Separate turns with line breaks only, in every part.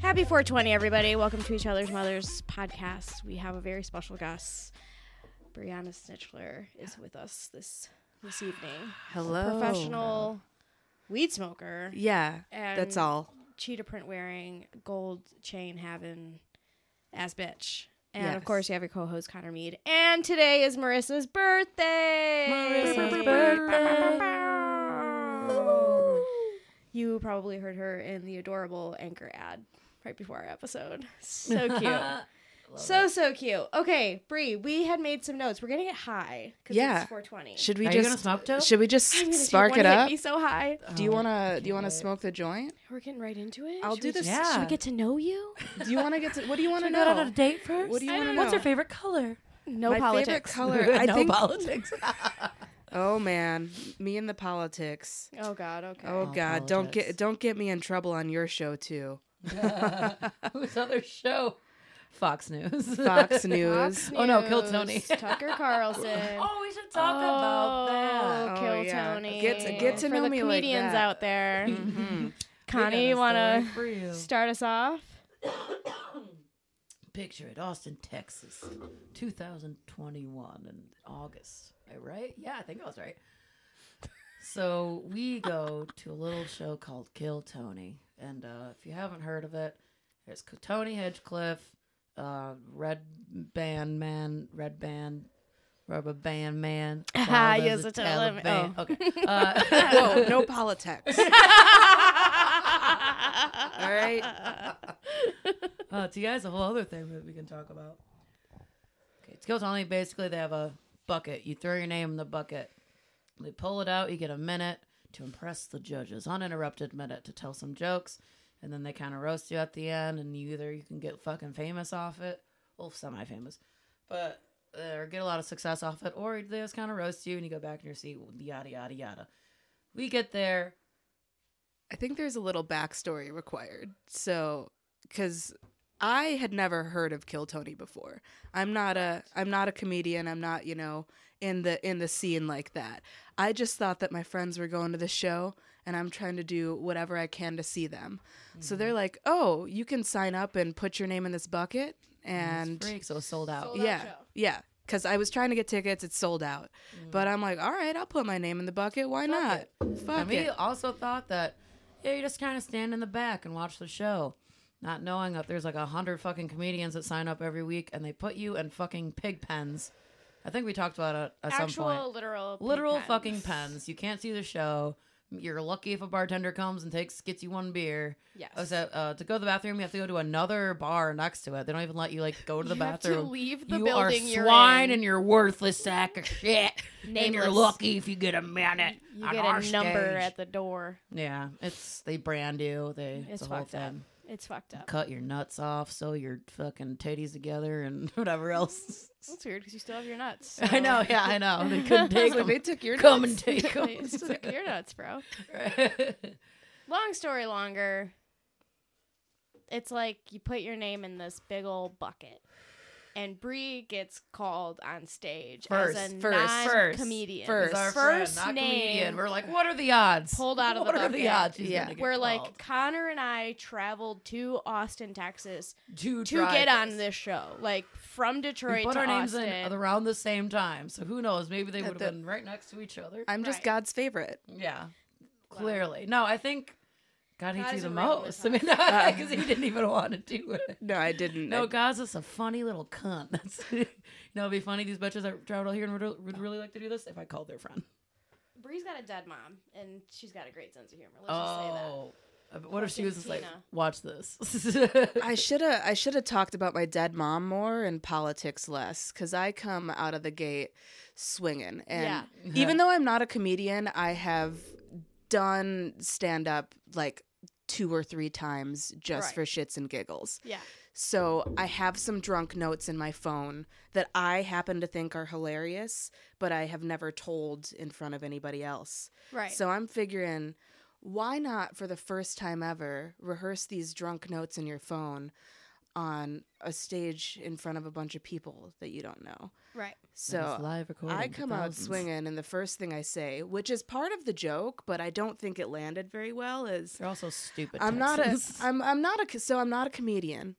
Happy 420, everybody. Welcome to Each Other's Mothers podcast. We have a very special guest. Brianna Snitchler is with us this this evening.
Hello.
Professional weed smoker,
Yeah,
And-
that's all.
cheetah print wearing, gold chain having ass bitch. And of
Yes.
course, you have your co host, Connor Mead. And today is Marissa's birthday.
Marissa's birthday.
You probably heard her in the adorable anchor ad right before our episode. So cute. so so cute. Okay, Bree, we had made some notes. We're gonna get high because
Yeah.
it's 420.
Should we
Are you gonna
just
smoke dope?
should we just
I'm gonna take
spark
one
it
hit,
up?
Be so high.
Do you
Oh,
wanna do you wanna
can't wait.
smoke the joint?
We're getting right into it.
I'll
Should
do
we
this-
just- Should we
Yeah.
get to know you?
Do you wanna get to what do you wanna
Should we go out on a
know?
date first?
What do you
I
wanna
don't
know?
know.
What's your favorite color?
No
My favorite
politics.
color. I
no
think
politics.
Oh man, me and the politics.
Oh God. Okay.
Oh
All
god, don't
politics.
get don't get me in trouble on your show too.
Whose other show? Fox News.
Fox
Fox
News.
Oh, no, kill Tony.
News, Tucker Carlson.
oh, we should talk about that.
Oh,
Oh,
kill
yeah.
Tony.
Get to- get to
For
know
the
me like
comedians
that.
out there.
Mhm.
Connie, you wanna start us off?
picture at Austin, Texas, 2021 in August. Am I right? Yeah, I think I was right. So we go to a little show called Kill Tony, and uh, if you haven't heard of it, there's K- Tony Hedgecliffe, uh, Red Band Man, Red Band, Rubber Band Man.
Ah,
Wild as
yes, it's a lim-
Taliban.
oh.
Okay. Uh,
Whoa, no politics. All right.
Uh, TI is a whole other thing that we can talk about. Okay, it's Kill Tony. Basically, they have a bucket. You throw your name in the bucket. They pull it out. You get a minute to impress the judges, uninterrupted minute to tell some jokes, and then they kind of roast you at the end. And you either you can get fucking famous off it, well, semi-famous, but or get a lot of success off it, or they just kind of roast you and you go back in your seat. Yada yada yada. We get there.
I think there's a little backstory required. So, because I had never heard of Kill Tony before. I'm not a I'm not a comedian. I'm not you know in the in the scene like that. I just thought that my friends were going to the show, and I'm trying to do whatever I can to see them.
Mm-hmm.
So they're like, "Oh, you can sign up and put your name in this bucket." And
it's free, so it's Mm-hmm. sold out.
Sold
yeah,
show.
yeah. Because I was trying to get tickets, it's sold out.
Mm-hmm.
But I'm like, all right, I'll put my name in the bucket. Why not? Fuck
And we
it.
also thought that yeah, you just kind of stand in the back and watch the show, not knowing that there's like a hundred fucking comedians that sign up every week and they put you in fucking pig pens. I think we talked about it at
Actual
some point.
literal pig
Literal
pens.
fucking pens. You can't see the show. You're lucky if a bartender comes and takes gets you one beer.
Yes.
Oh, so, uh, to go to the bathroom, you have to go to another bar next to it. They don't even let you like go to the
You have to
bathroom.
leave the
you
building
are
you're
swine
in.
and you're worthless sack of shit. And
Nameless.
you're lucky if you get a minute.
You
on
get
our
a number
stage.
at the door.
Yeah, it's they brand you. They
It's
it's, a whole
fucked up.
thing.
It's fucked up.
Cut your nuts off, sew your fucking titties together, and whatever else.
That's weird because you still have your nuts.
I
so-
know, yeah, I know. They couldn't
It's
take
like,
them.
they took your
Come
nuts.
and take them.
You still have your nuts, bro.
yeah,
Long story longer. It's like you put your name in this big old bucket, and Bree gets called on stage as a
First,
first,
non
first,
comedian.
first.
Our
First
friend, not
name
comedian. We're like, what are the odds?
pulled out of
what
the
are
bucket.
the odds? She's
Yeah.
gonna get
We're like
called.
Connor and I traveled to Austin, Texas,
to,
to
try
get on
this.
this show, like from
We
Detroit
put
to
our names
Austin.
in around the same time, so who knows? Maybe they
At
would have
the-
been right next to each other.
I'm just
Right.
God's favorite.
Yeah, clearly. No, I think God hates
God
you the
isn't real this
most. I mean, because he didn't even want to do it.
No, I didn't.
No,
I-
God's just a funny little cunt. That's you know, it'd be funny. These bitches that travel here and would, would really like to do this if I called their friend.
Bree's got a dead mom, and she's got a great sense of humor. Let's just say that.
Uh, but what if she was just like,
Tina.
watch this?
I should have I should have talked about my dead mom more and politics less cuz I come out of the gate swinging and
Yeah.
even though I'm not a comedian I have done stand up like two or three times just
Right.
for shits and giggles.
Yeah.
So I have some drunk notes in my phone that I happen to think are hilarious but I have never told in front of anybody else.
Right.
So I'm figuring, why not for the first time ever rehearse these drunk notes in your phone on a stage in front of a bunch of people that you don't know.
Right.
So
live recording.
I
to
come out
thousands.
swinging, and the first thing I say, which is part of the joke, but I don't think it landed very well, is
They're also stupid.
I'm not a
Texans.
I'm I'm not a co- so I'm not a comedian,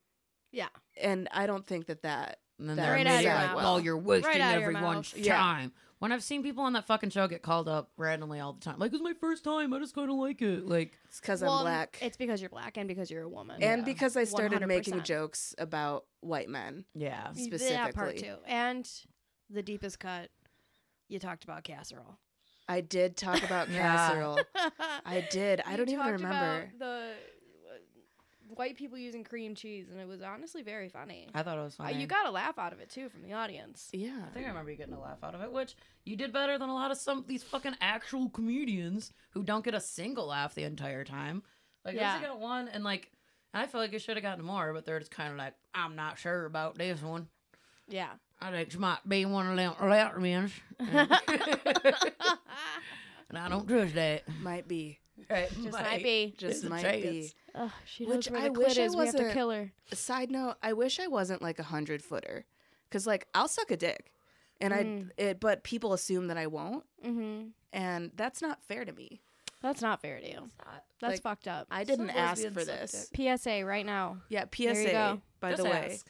Yeah.
and I don't think that that
and then
that
they're
Right outta your
immediately like,
mouth.
"Well, you're wasting
Right outta your
everyone's
mouth.
Yeah.
time." When I've seen people on that fucking show get called up randomly all the time, like it's my first time, I just kind of like it. Like
it's because
Well, um,
I'm black,
It's because you're black and because you're a woman.
and
yeah,
because I started making
100%.
jokes about white men.
yeah,
Y- That part
specifically.
too. And the deepest cut, you talked about casserole.
I did talk about
Yeah.
casserole. I did. I
You
don't even
talked
remember.
About the uh, white people using cream cheese, and it was honestly very funny.
I thought it was
Uh,
funny.
you got a laugh out of it too from the audience.
yeah.
I think I remember you getting a laugh out of it, which you did better than a lot of some these fucking actual comedians who don't get a single laugh the entire time. Like I
Yeah.
got one, and like I feel like I should have gotten more, but they're just kind of like, "I'm not sure about this one.
Yeah.
I think she might be one of them Latvians, and and I don't trust that."
Might be.
Right,
Just might be.
Just
There's a
might be.
chance.
Ugh, she knows
Which
where
I
the
wish
clit
I
is. We have to
wasn't-
kill her.
Side note, I wish I wasn't like a hundred footer. Cause like I'll suck a dick. And
Mm.
I it but people assume that I won't.
Mm-hmm.
And that's not fair to me.
That's not fair to you. That's
Like,
fucked up.
I didn't
Some
ask
lesbians
for
suck
this.
dick.
PSA right now.
Yeah,
you
PSA,
go.
by
Just
the way.
ask.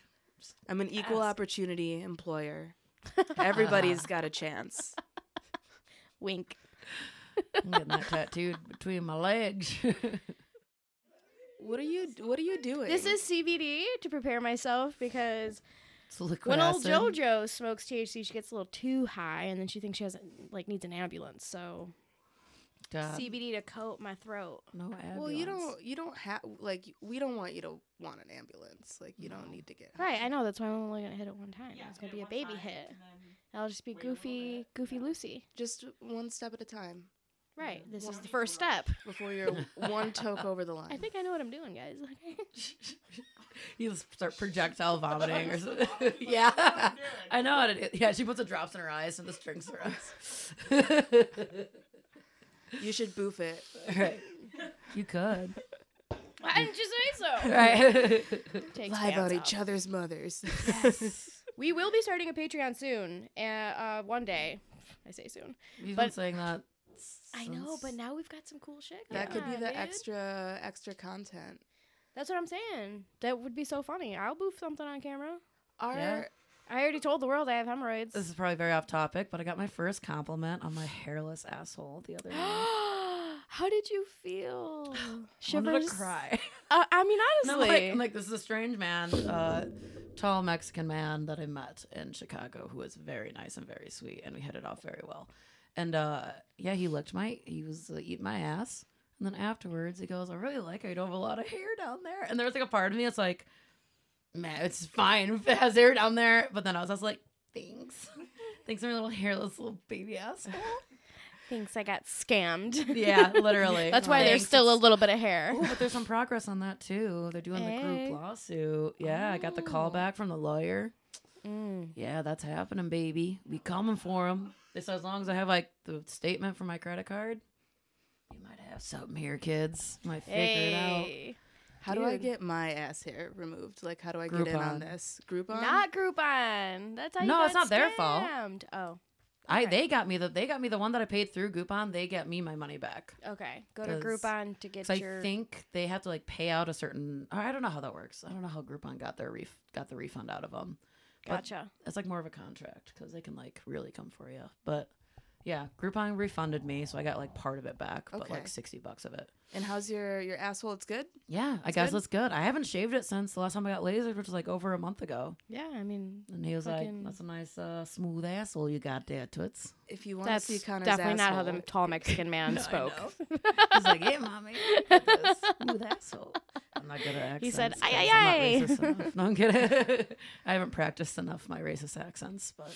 I'm an equal
Ask.
opportunity employer. Everybody's got a chance.
Wink.
I'm getting that tattooed between my legs.
What are you what are you doing?
This is CBD to prepare myself because
it's liquid
when old
acid.
JoJo smokes THC, she gets a little too high, and then she thinks she has like needs an ambulance. So
God,
CBD to coat my throat.
no ambulance.
Well, you don't you don't have like we don't want you to want an ambulance. Like you
No.
don't need to get
Right, I know that's why I'm only gonna hit it one time. it's gonna be a baby hit. I'll just be
wait a little
goofy,
bit,
goofy
yeah.
Lucy.
Just one step at a time
Right, this
Well,
is the first step.
before you're one toke over the line.
I think I know what I'm doing, guys. Okay.
you just start projectile vomiting or something. yeah, I know how to do. it. Yeah, she puts the drops in her eyes and just drinks her eyes.
you should boof it.
right. You could.
I didn't just say
Right.
so. Takes
Lie about
pants
each
off.
other's mothers.
We will be starting a Patreon soon, uh, uh, one day. I say soon.
You've been
But-
saying that.
I know, but
since-
now we've got some cool shit.
that
going
could be
on,
the
dude.
extra extra content.
That's what I'm saying. That would be so funny. I'll boof something on camera.
Our
Yeah.
I already told the world I have hemorrhoids.
This is probably very off topic, but I got my first compliment on my hairless asshole the other day.
How did you feel?
Wanted to cry.
Uh, I mean,
No,
honestly,
like, I'm like, this is a strange man, uh, tall Mexican man that I met in Chicago who was very nice and very sweet, and we hit it off very well. And uh, yeah, he licked my, he was uh, eating my ass. And then afterwards, he goes, I really like how you don't have a lot of hair down there. And there was like a part of me that's like, man, it's fine if it has hair down there. But then I was also like, thanks. thanks for my little hairless little baby asshole.
thinks I got scammed.
yeah, literally.
That's why there's
Thanks.
still a
It's-
little bit of hair.
Oh, but there's some progress on that too. They're doing the
Hey.
group lawsuit. Yeah, I got the call
Oh.
back from the lawyer.
Mm.
Yeah, that's happening, baby. We coming for them. They said as long as I have like the statement for my credit card, you might have something here, kids. Might figure it
Hey,
how do I
Dude.
get my ass hair removed? Like how do I get in
Groupon.
on this? Groupon.
not Groupon. That's how you
No,
got
it's not their fault.
scammed. Oh,
out. I
Alright.
they got me the they got me the one that I paid through Groupon. They get me my money back.
okay. Go to
'Cause-
Groupon to get
So
your.
I think they have to like pay out a certain. or I don't know how that works. I don't know how Groupon got their ref, got the refund out of them.
gotcha.
It's like more of a contract because they can like really come for you. But yeah, Groupon refunded me, so I got like part of it back, but
Okay.
like sixty bucks of it.
And how's your your asshole? It's good.
Yeah, I guess
good?
that's good. I haven't shaved it since the last time I got lasered, which was like over a month ago.
Yeah, I mean,
And he was
Fucking-
like, "That's a nice, uh, smooth asshole you got there, toots."
If you want to
that's
see Connor's
definitely not how
asshole-
the tall Mexican man
No, I
spoke.
know. He's like, "Yeah, mommy, you got the smooth asshole." I'm not good at accents.
He said, "Ay,
'cause
ay,
I'm not
ay."
racist enough. No, I'm kidding. I haven't practiced enough my racist accents, but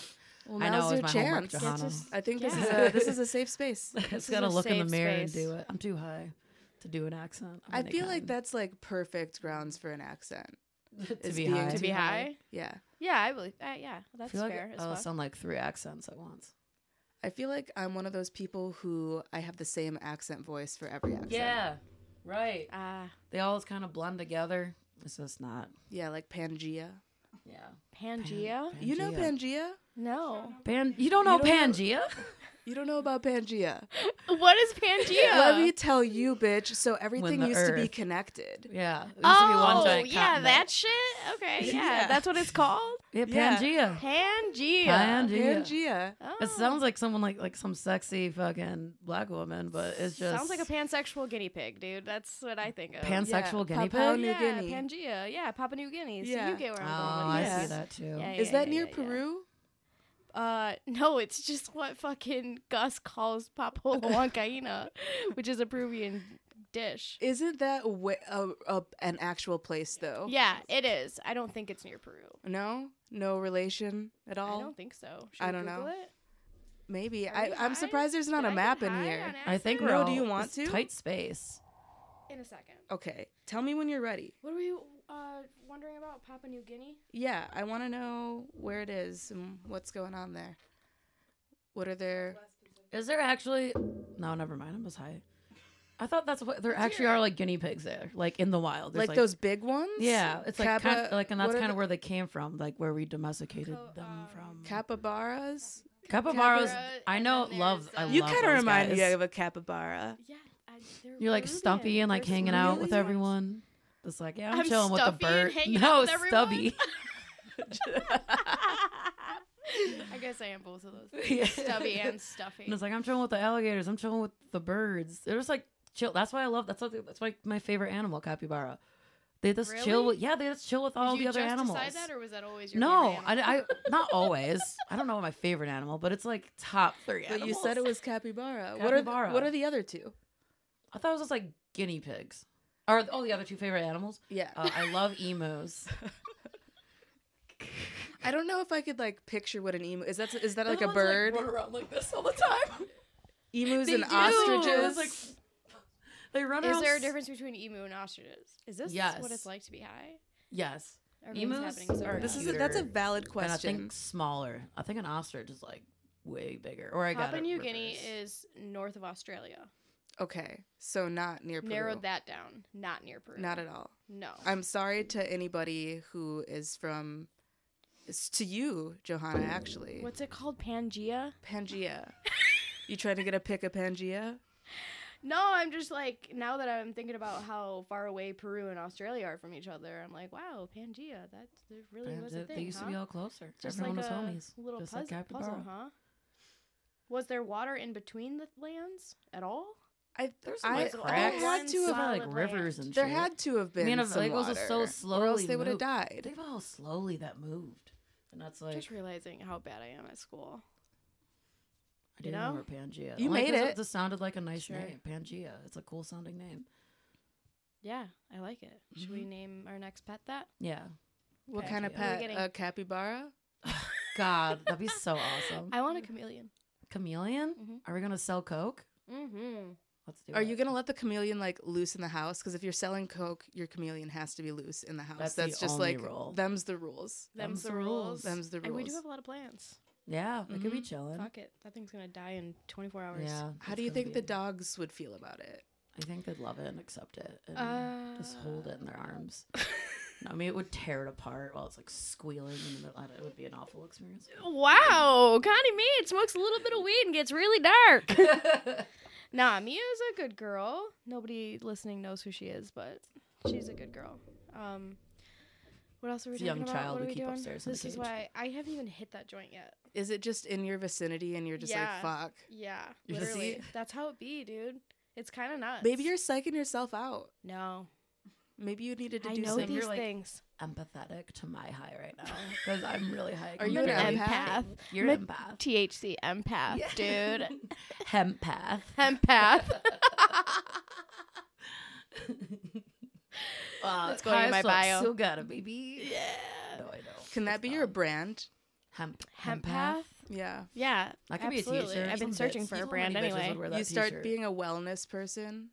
Well,
I know
now's
it
your
was my homework,
chance.
Yeah,
Johanna.
just-
I think this
Yeah.
is a this is a safe space.
Just
is
gotta
a
look in the
safe
mirror and
space.
do it. I'm too high to do an accent.
I
I'm
feel like
gonna
that's like perfect grounds for an accent.
come to
is
be
being
high.
To be
Too high.
high.
Yeah.
Yeah, I believe. Uh, yeah,
I
that's
feel like
fair. as
I
fuck.
sound like three accents at once.
I feel like I'm one of those people who I have the same accent voice for every accent.
right.
Ah,
They all just kind of blend together. It's just not.
Yeah, like Pangea.
Yeah.
Pangea?
You know Pangea?
No.
Pan. You don't know
You don't
Pangea?
You don't know about Pangea.
What is Pangea?
Let me tell you, bitch. So everything
the
used to be
Earth-
connected.
Yeah. It used to be one
oh,
giant
yeah,
continent.
that shit? Okay, yeah,
Yeah.
That's what it's called?
Yeah,
Yeah.
Pangea.
Pangea.
Pangea.
Pangea.
Oh.
It sounds like someone like like some sexy fucking black woman, but it's just
Sounds like a pansexual guinea pig, dude. That's what I think of.
pansexual
Yeah,
guinea
Papua
pig.
New
yeah,
Guinea.
Pangea. Yeah, Papua New Guinea. So
Yeah.
you get where
Oh,
I'm going.
I
with
Yeah.
see
this.
that too.
Yeah,
Is
yeah,
that
yeah,
near
yeah, yeah.
Peru?
Uh, no, it's just what fucking Gus calls Papua Wankaina, which is a Peruvian dish.
Isn't that wh- a, a, an actual place though?
Yeah, it is. I don't think it's near Peru.
No, no relation at
I
all.
don't think so. Should
I
we
don't
Google
know.
It?
Maybe
Are
I,
we
I'm
high?
surprised there's not
Did I
a
get
map in
high
here.
on
I think
acid?
we're
No, do
all-
you want
it's
to?
tight space.
in a second.
Okay, tell me when you're ready.
What were you uh, wondering about Papua New Guinea?
Yeah, I want to know where it is and what's going on there. What are their?
Is there actually? No, never mind. I was high. I thought that's what there actually are like guinea pigs there, like in the wild. There's,
Like, those big ones?
Yeah, it's like kind
Kappa-
like, and that's
what are
kind of
the-
where they came from, like where we domesticated
Co-
them
um,
from.
capybaras.
Capybaras,
capybara,
I
and
know,
then
love.
there's,
I
uh,
love.
You
kind of
remind
guys.
me of a capybara.
Yeah, I, they're
You're like stumpy
Peruvian.
and like
They're
hanging out with
really-
everyone. It's like yeah, I'm,
I'm
chilling with the
stuffy and
bird.
hanging out
No,
with everyone?
stubby.
I guess I am both of those. things.
Yeah.
Stubby and stuffy.
And it's like I'm chilling with the alligators. I'm chilling with the birds. They're just like chill. That's why I love. That's what, that's like my favorite animal, capybara. They just chill.
Really?
With, yeah, they just chill with all
Did
the
you
other
just
animals.
decide that, or was that always your
no,
favorite
I,
animal?
I not always. I don't know my favorite animal, but it's like top three.
But you said it was capybara. What are the,
Capybara.
what are the other two?
I thought it was just like guinea pigs. Or oh, the other two favorite animals.
Yeah,
Uh, I love emus.
I don't know if I could like picture what an emu is. That is that
They're
like
the
a
ones that, like,
bird?
run around like this all the time.
Emus
They
and
do. It's
ostriches.
like they run around.
Is there a
s-
difference between emu and ostriches? Is this
Yes.
what it's like to be high?
Yes,
Everything's
Emus
happening so
are
fast.
this is a, that's a
cuter.
valid
and I
question.
think smaller. I think an ostrich is like way bigger. Or I got
Papua
it
New Guinea
reversed.
is north of Australia.
Okay, so not near Peru.
Narrowed that down. Not near Peru.
Not at all.
No.
I'm sorry to anybody who is from. It's to you, Johanna. Actually,
What's it called? Pangea?
Pangea? you trying to get a pick of Pangea?
No, I'm just like now that I'm thinking about how far away Peru and Australia are from each other. I'm like, wow, Pangea. That there really
Yeah,
was
they,
a
they
thing.
used
huh?
to be all closer.
just
Everyone
like
was
a
homies.
little
just
puzzle,
like
puzzle,
Capybara.
huh? Was there water in between the lands at all?
I
There's some,
I,
like,
I
cracks.
had to have.
Solid
like rivers
land.
and
There
shit.
had to have been
Man, if
some
it was
water,
just so
or else
slowly
they would have
moved.
died.
Think about how slowly that moved. And that's like
Just realizing how bad I am at school.
I didn't
know?
remember Pangea.
You
Only
made
'cause
it.
Just sounded like a nice
Sure.
name. Pangea. It's a cool sounding name.
Yeah, I like it. Should
Mm-hmm.
we name our next pet that?
Yeah.
What kind
Pangea. Are
of
we
pet? Uh,
getting-
A capybara?
God, that'd be so awesome.
I want a chameleon.
Chameleon?
Mhm.
Are we gonna sell Coke?
Mm-hmm.
Let's do
Are
it.
you gonna let the chameleon like loose in the house? Because if you're selling coke, your chameleon has to be loose in the house.
That's
That's,
the
just
only
like
rule.
them's the rules. Um,
Them's, the rules.
Them's the rules.
And we do have a lot of plants.
Yeah, it could be
Mhm.
chilling.
Mm-hmm. Fuck it. That thing's gonna die in 24 hours.
Yeah.
How
it's
do you
gonna
think the
be-
dogs would feel about it?
I think they'd love it and accept it and just hold it in their arms.
Uh,
No, I mean, it would tear it apart while it's like squealing in the middle. I don't- It would be an awful experience.
wow, Connie Mead smokes a little bit of weed and gets really dark. nah, Mia's a good girl. Nobody listening knows who she is, but she's a good girl. Um, what else are we
It's a
talking
young
about?
child
what
we
are
keep upstairs in the
This is
cage.
why I haven't even hit that joint yet.
Is it just in your vicinity and you're just
Yeah.
like fuck?
Yeah,
You just
literally.
see-
That's how it be, dude. It's kind of nuts.
Maybe you're psyching yourself out.
no.
Maybe you needed to
I
do
know
something.
You're
these
like-
things.
Empathetic to my high right now because I'm really high.
Are you
I'm
an
barely-
an
empath?
empath?
You're an empath.
THC empath, dude.
Hempath.
Empath.
Wow,
That's going in my bio.
Still gotta baby.
yeah.
No, I don't.
Can that
It's
be
not.
your brand?
hemp
Hempath.
Yeah.
Yeah.
That could
absolutely.
be a t-shirt.
I've been
Some
searching
bitch-
for a
so many
brand
bitches would
anyway.
wear
You
that
start
t-shirt.
being a wellness person.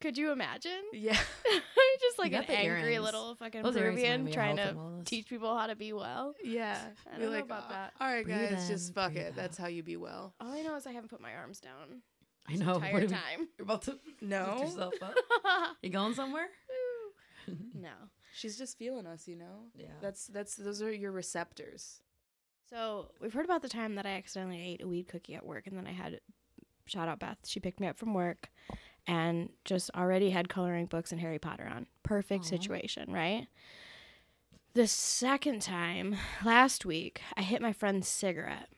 Could you imagine?
Yeah.
Just like
got
an
the
angry
earrings.
little fucking
Those earrings
Peruvian
remind me of
trying
health
to
and wellness.
teach people how to be well.
Yeah.
I don't
You're
know
like,
about
"Uh,
that."
All right,
Breathe
guys,
in,
just fuck
breathe
it.
out.
That's how you be well.
All I know is I haven't put my arms down
I know.
entire
what are we-
time.
You're about to lift
No.
yourself up. You going somewhere?
Ooh. No.
She's just feeling us, you know.
Yeah.
That's that's those are your receptors.
So we've heard about the time that I accidentally ate a weed cookie at work, and then I had shout out Beth. She picked me up from work, and just already had coloring books and Harry Potter on. Perfect
Aw.
situation, right? The second time last week, I hit my friend's cigarette.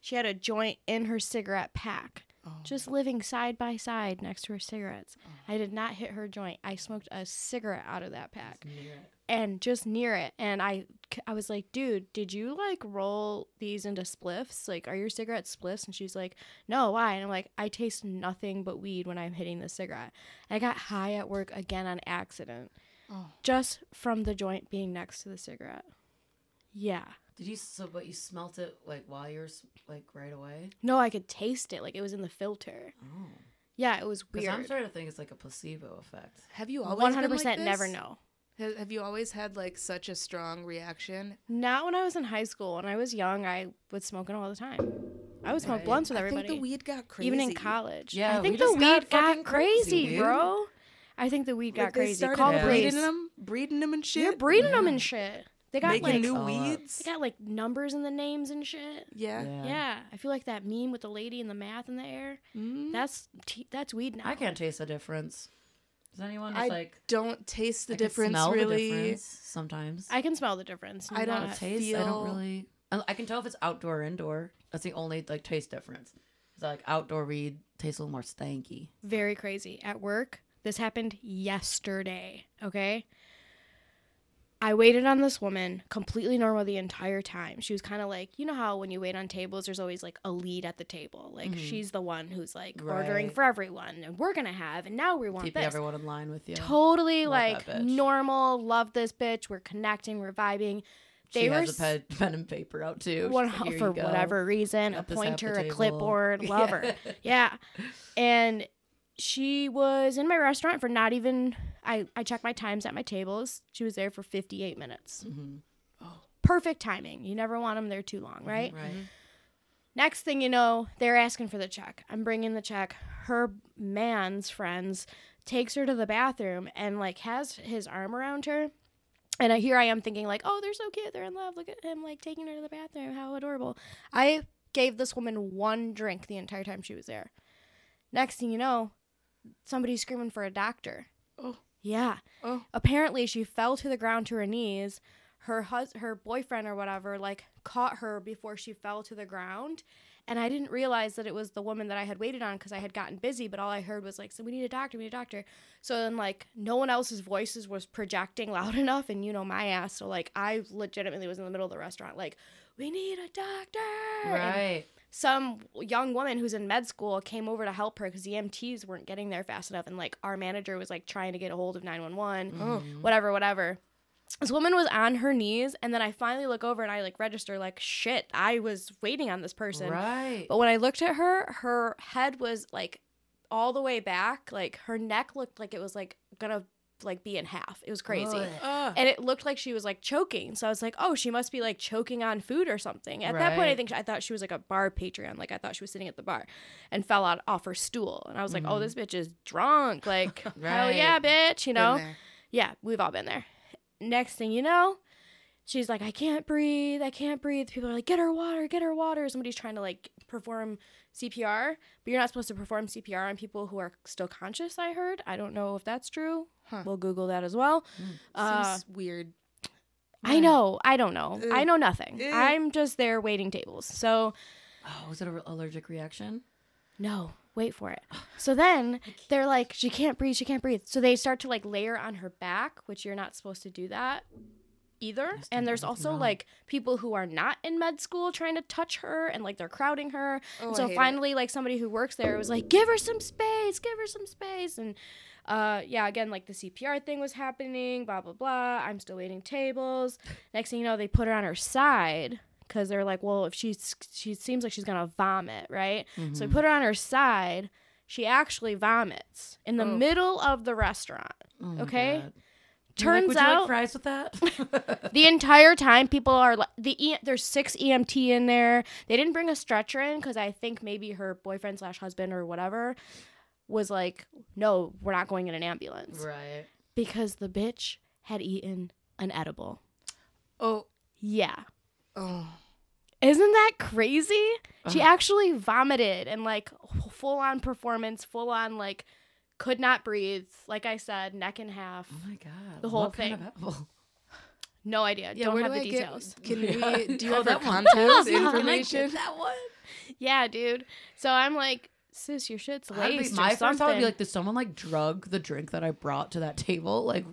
She had a joint in her cigarette pack,
Oh.
just living side by side next to her cigarettes.
Uh-huh.
I did not hit her joint. I smoked a cigarette out of that pack
It's near it.
and just near it and i c- i was like dude did you like roll these into spliffs like are your cigarettes spliffs and she's like no why and i'm like i taste nothing but weed when i'm hitting the cigarette i got high at work again on accident
Oh.
just from the joint being next to the cigarette yeah
Did you so? But you smelt it like while you're s- like right away.
no i could taste it like it was in the filter
Oh.
yeah it was
Because I'm
weird
starting to think it's like a placebo effect.
Have you always
100%
been like
never
this?
know
Ha- Have you always had like such a strong reaction?
not when i was in high school when i was young i was smoking all the time i would smoke
Right.
blunts with
I
everybody
think the weed got crazy.
even in college.
Yeah,
I
we
think the
just
weed
got
got,
fucking crazy,
crazy,
dude.
bro. I think the weed got
Like, they
crazy.
started
Call the
Yeah.
police.
breeding them, breeding them and shit.
You're breeding them
Yeah.
and shit. They got
making
like
new
Oh, uh,
weeds.
they got like numbers in the names and shit.
yeah.
Yeah. I feel like that meme with the lady and the math in the air.
Mm.
That's t- that's weed now.
I can't taste the difference. Does anyone just
I
like
don't taste the
I can
difference
smell the
really.
difference sometimes?
I can smell the difference.
I don't
Not-
taste. I
feel-
don't really. I, I can tell if it's outdoor or indoor. That's the only like taste difference. It's like outdoor weed tastes a little more stanky.
very crazy at work. This happened yesterday, okay? I waited on this woman completely normal the entire time. She was kind of like, you know how when you wait on tables, there's always like a lead at the table. Like
Mhm.
she's the one who's like ordering
Right.
for everyone, and we're gonna have, and now we want
Keeping
this.
everyone in line with you.
Totally
Love
like
that bitch.
normal. Love this bitch. We're connecting. We're vibing.
She
They were
has
s-
a pen, pen and paper out too. She's
one,
like, "Here you
for
go."
whatever reason,
Got
a
this half the
pointer, a
table.
clipboard, love her
Yeah.
yeah and she was in my restaurant for not even i i checked my times at my tables she was there for 58 minutes
Mhm.
perfect timing you never want them there too long right
Right.
next thing you know they're asking for the check i'm bringing the check her man's friends takes her to the bathroom and like has his arm around her and I, here i am thinking like oh they're so cute they're in love look at him like taking her to the bathroom how adorable i gave this woman one drink the entire time she was there next thing you know somebody's screaming for a doctor
Oh.
yeah
Oh.
apparently she fell to the ground to her knees her hus- her boyfriend or whatever like caught her before she fell to the ground and I didn't realize that it was the woman that I had waited on because I had gotten busy, but all I heard was like, so we need a doctor, we need a doctor. So then like no one else's voices was projecting loud enough and you know my ass. So like I legitimately was in the middle of the restaurant, like, we need a doctor. And
Right.
some young woman who's in med school came over to help her because the MTs weren't getting there fast enough and like our manager was like trying to get a hold of 911
Oh.
Mhm.
whatever, whatever. This woman was on her knees, and then I finally look over and I like register, like, shit, I was waiting on this person. Oh.
Right.
But when I looked at her, her head was like all the way back. Like her neck looked like it was like gonna like be in half. It was crazy.
Ugh.
Ugh.
And it looked like she was like choking. So I was like, oh, she must be like choking on food or something. At that point, I
Right.
think I thought she was like a bar patron. Like I thought she was sitting at the bar and fell out off her stool. And I was like, oh,
Mhm.
this bitch is drunk. Like, hell
Right.
yeah, bitch, you
Been
know?
there.
Yeah, we've all been there. Next thing you know, she's like, I can't breathe. I can't breathe. People are like, get her water, get her water. Somebody's trying to like perform CPR, but you're not supposed to perform CPR on people who are still conscious, I heard. I don't know if that's true.
Huh.
We'll Google that as well.
Mm.
Uh,
Seems weird.
I know. I don't know.
Ugh.
I
eh,
know nothing.
Ugh.
I'm just there waiting tables. So,
Oh, was it an allergic reaction?
No, wait for it. So then they're like, she can't breathe, she can't breathe. So they start to like layer on her back, which you're not supposed to do that either.
Yes,
And
no,
there's
that's
also
wrong.
like people who are not in med school trying to touch her and like they're crowding her.
Oh,
And
I
so
hate it.
finally, like somebody who works there was like, give her some space, give her some space. And uh, yeah, again, like the CPR thing was happening, blah, blah, blah. I'm still waiting tables. Next thing you know, they put her on her side because they're like, well, if she's, she seems like she's going to vomit, right?
Mm-hmm.
So I
Mm.
put her on her side. She actually vomits in the
Oh.
middle of the restaurant.
Oh my
okay.
God. You're like,
Turns
Would you
out
like fries with that?
the entire time people are like the e- there's six EMT in there. They didn't bring a stretcher in because I think maybe her boyfriend slash husband or whatever was like, no, we're not going in an ambulance
right.
because the bitch had eaten an edible.
Oh,
Yeah.
oh.
Isn't that crazy? She
Ugh.
actually vomited and like full on performance, full on like could not breathe. Like I said, neck and half.
Oh my god.
The whole
what Kind of apple?
No idea.
Yeah,
Don't
where
have
do
the
I
details.
get? Can
Yeah.
we? Do you
Oh,
have
that
that
one.
contact
Can I get
information?
that one.
Yeah, dude. So I'm like, sis, your shit's
I'd
laced
be,
or
my first thought would
something.
be like, did someone like drug the drink that I brought to that table? Like,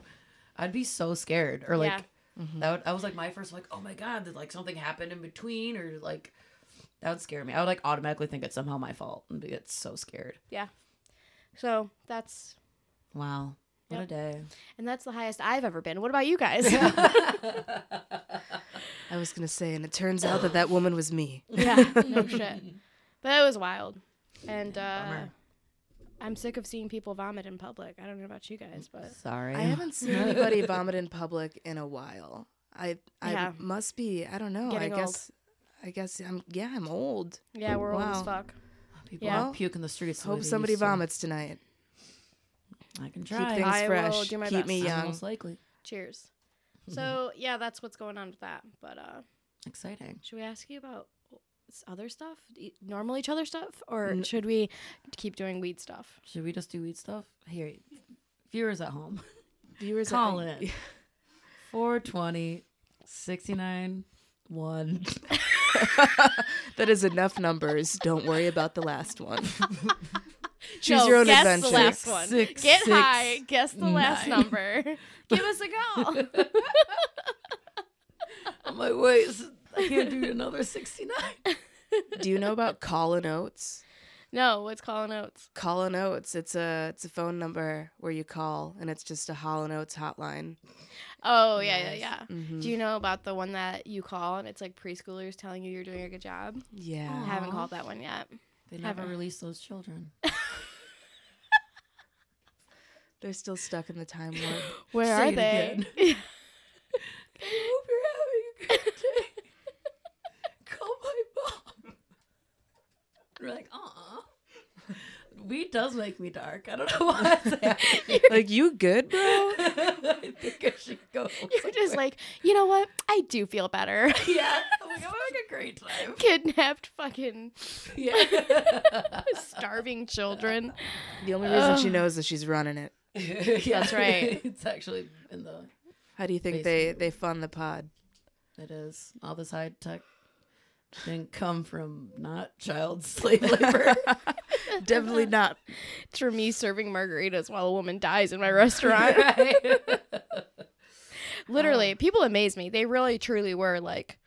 I'd be so scared. Or like,
Yeah.
that would, I was like, my first like, oh my god, did like something happen in between? Or like, that would scare me. I would like automatically think it's somehow my fault and get so scared.
so that's
Wow, what
Yep.
a day.
and that's the highest I've ever been. What about you guys?
I was gonna say, and it turns out that that woman was me.
yeah, no shit. But it was wild, and uh,
Bummer.
I'm sick of seeing people vomit in public. I don't know about you guys, but
Sorry.
I haven't seen anybody vomit in public in a while. I I
Yeah.
must be. I don't know.
Getting
I
old.
guess. I guess I'm. Yeah, I'm old.
yeah, we're old as
Wow.
fuck.
People
Yeah.
don't puke in the streets. the way
Hope
they
somebody
used to.
vomits tonight.
I can try.
Keep things
I
fresh.
will do my
Keep
best.
me
I'm
young.
Most likely.
Cheers. So yeah, that's what's going on with that. But uh,
Exciting.
should we ask you about s- other stuff, E- normal each other stuff, or
N-
should we keep doing weed stuff?
Should we just do weed stuff? Here, viewers at home.
Viewers,
Call in. 420, 69, 1.
that is enough numbers. Don't worry about the last one. Choose
No,
your own
guess
adventure.
the last one.
Six,
Get
six,
high. Guess the last
nine.
number. Give us a call.
I'm like, wait, is- I can't do another 69.
Do you know about Colin Oates?
no, what's calling Oates?
Colin Oates. It's a it's a phone number where you call, and it's just a Holland Oates hotline.
Oh yeah,
Nice.
yeah, yeah.
Mhm.
Do you know about the one that you call and it's like preschoolers telling you you're doing a good job?
yeah.
Haven't
Aw.
called that one yet.
They
never
never released those children.
They're still stuck in the time warp.
Where
Say
are
it
they?
hope you're having a good day. Call my mom. We're like, uh-uh. Weed does make me dark. I don't know why it's happening.
like you good, bro?
I think I should go.
You're just
somewhere.
like, you know what? I do feel better.
yeah. I'm like, I'm having a great time.
Kidnapped fucking
Yeah.
starving children.
The only reason she
Ugh.
knows is she's running it.
That's
right.
It's actually in the.
How do you think they they fund the pod?
It is all this high tech didn't come from not child slave labor.
Definitely not.
It's for me serving margaritas while a woman dies in my restaurant.
right. Oh.
Literally, people amaze me. They really, truly were like,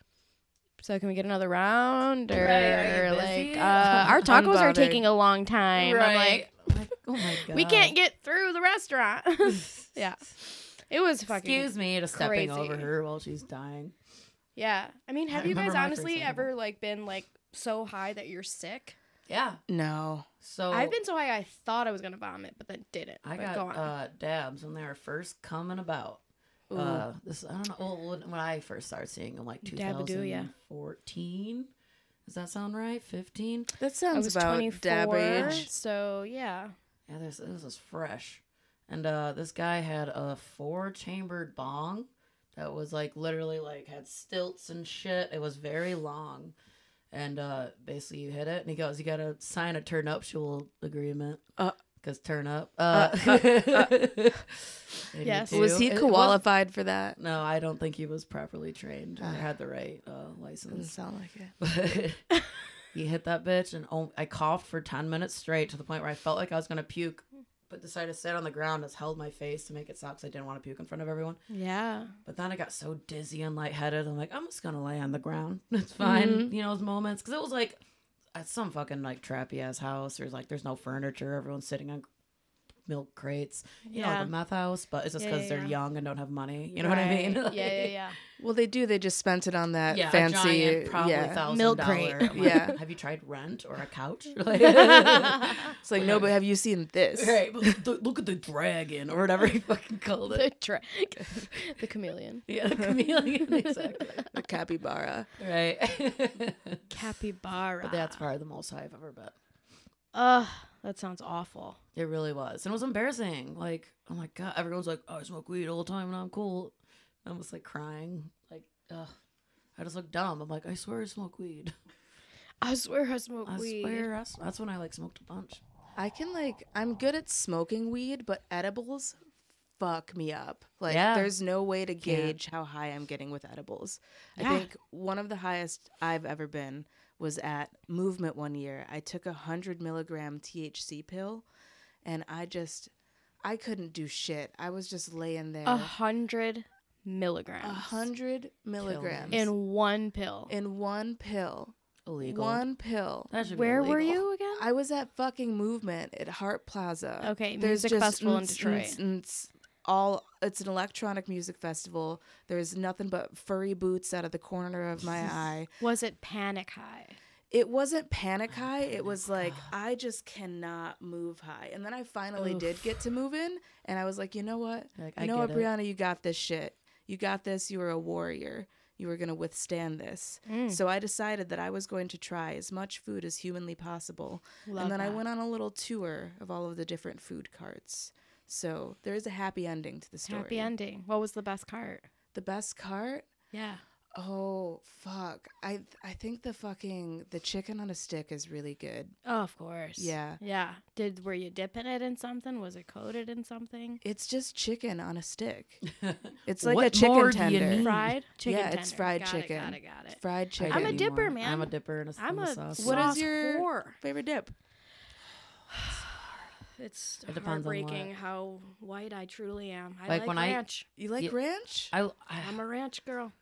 so can we get another round? Or
Right, are you
like,
busy?
uh, our tacos are
Unbothered.
taking a long time. I'm like,
Like, oh my god.
we can't get through the restaurant. yeah, it was fucking.
Excuse me to stepping
crazy.
over her while she's dying.
Yeah, I mean, have
I
you guys
remember my first
honestly
edible.
ever like been like so high that you're sick?
Yeah.
No.
So
I've been so high I thought I was gonna vomit, but then didn't.
Oh. I
But go
got
on.
uh, dabs when they were first coming about.
Ooh.
Uh, this I don't know. Well, when, when I first started seeing them, like
Dabadoo, yeah.
2014. Does that sound right? 15.
that
I
sounds
was
about
24,
dab age.
so yeah.
Yeah, this this is fresh. And uh, this guy had a four chambered bong that was like literally like had stilts and shit. It was very long. And uh, basically you hit it and he goes, You gotta sign a turn nuptial agreement.
Uh.
Cause turn up. Uh,
Uh, uh,
and you
Yes.
do.
Was he
It- it wasn't-
qualified for that?
No, I don't think he was properly trained or
Ah.
had the right uh,
Doesn't
license.
sound like it.
But you hit that bitch, and oh, I coughed for 10 minutes straight to the point where I felt like I was going to puke, but decided to sit on the ground and just held my face to make it stop because I didn't want to puke in front of everyone.
Yeah.
But then I got so dizzy and lightheaded. I'm like, I'm just going to lay on the ground. It's fine.
Mm-hmm.
You know, those moments. Because it was like at some fucking like trappy ass house. There's like, there's no furniture. Everyone's sitting on milk crates. You know,
Yeah.
like a meth house, but it's just
Yeah,
because
yeah,
they're
yeah.
young and don't have money. You know what I mean?
Right. yeah, yeah,
Like-
yeah.
Well, they do. They just spent it on that
yeah,
fancy.
a giant, probably
yeah.
thousand
Milk crate.
dollar- I'm like,
Yeah.
Have you tried rent or a couch? Like, right.
It's like no, but have you seen this?
but th- Look at the dragon or whatever he fucking called
the
it.
drag, the chameleon,
Yeah, the chameleon. Exactly.
The capybara.
Right.
capybara.
but that's probably the most high I've ever been.
Ugh, That sounds awful.
It really was. And it was embarrassing. Like, oh my God. Everyone's like, oh, I smoke weed all the time and I'm cool. And I was like crying. Like, ugh. I just look dumb. I'm like, I swear I smoke weed.
I swear I smoke
I
weed.
swear. I s- that's when I like smoked a bunch.
I can like I'm good at smoking weed, but edibles fuck me up. Like
Yeah.
there's no way to
Can't.
gauge how high I'm getting with edibles.
Yeah.
I think one of the highest I've ever been was at movement one year. I took a hundred milligram THC pill and I just I couldn't do shit. I was just laying there.
A hundred milligrams
A hundred milligrams
me.
in one pill.
in one pill.
Illegal.
One pill.
That should be
Where were
illegal.
you again?
I was at fucking Movement at Hart Plaza.
Okay, music festival in Detroit.
nts, all it's an electronic music festival. There's nothing but furry boots out of the corner of my eye.
Was it panic high?
It wasn't panic high. It was like I just cannot move high. And then I finally did get to move in, and I was like, you know what?
You're like,
you
"I
know what,
get it."
Brianna, you got this shit. You got this. You were a warrior. You were gonna withstand this.
Mm.
So I decided that I was going to try as much food as humanly possible.
Love
and then I
that.
went on a little tour of all of the different food carts. So there is a happy ending to the story.
Happy ending. What was the best cart?
The best cart.
Yeah.
Oh fuck! I I think the fucking the chicken on a stick is really good.
Oh, of course.
Yeah.
Yeah. Did were you dipping it in something? Was it coated in something?
It's just chicken on a stick. It's like a
What
chicken
more do you
tender.
need?
Fried chicken.
yeah, it's
tender.
fried
Got it,
chicken.
got it. Got it.
Fried
I
chicken.
I'm a
didn't
dipper,
want-
man.
I'm a dipper in a,
I'm
in
a
sauce.
What
sauce
is your
whore.
favorite dip?
It's
It depends on
heartbreaking
what.
how white I truly am. I like,
Like when I-
ranch.
You like
Yeah.
ranch?
I, I,
I... Hmm. am a ranch girl.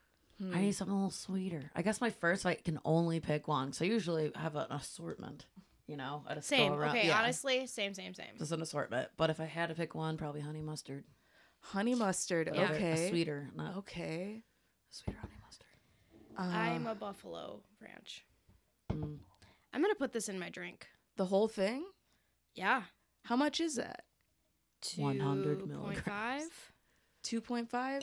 I need something a little sweeter. I guess my first fight can only pick one, so I usually have an assortment. You know, I just go
Same.
around-
Okay,
yeah,
honestly, same, same, same.
just an assortment. But if I had to pick one, probably honey mustard.
Honey mustard.
Yeah. Oh.
Or
Okay.
a sweeter, not
Okay.
sweeter honey mustard.
uh,
I'm a buffalo ranch.
Mm.
I'm gonna put this in my drink.
The whole thing?
Yeah.
How much is that?
100
2.5.
milligrams.
2.5?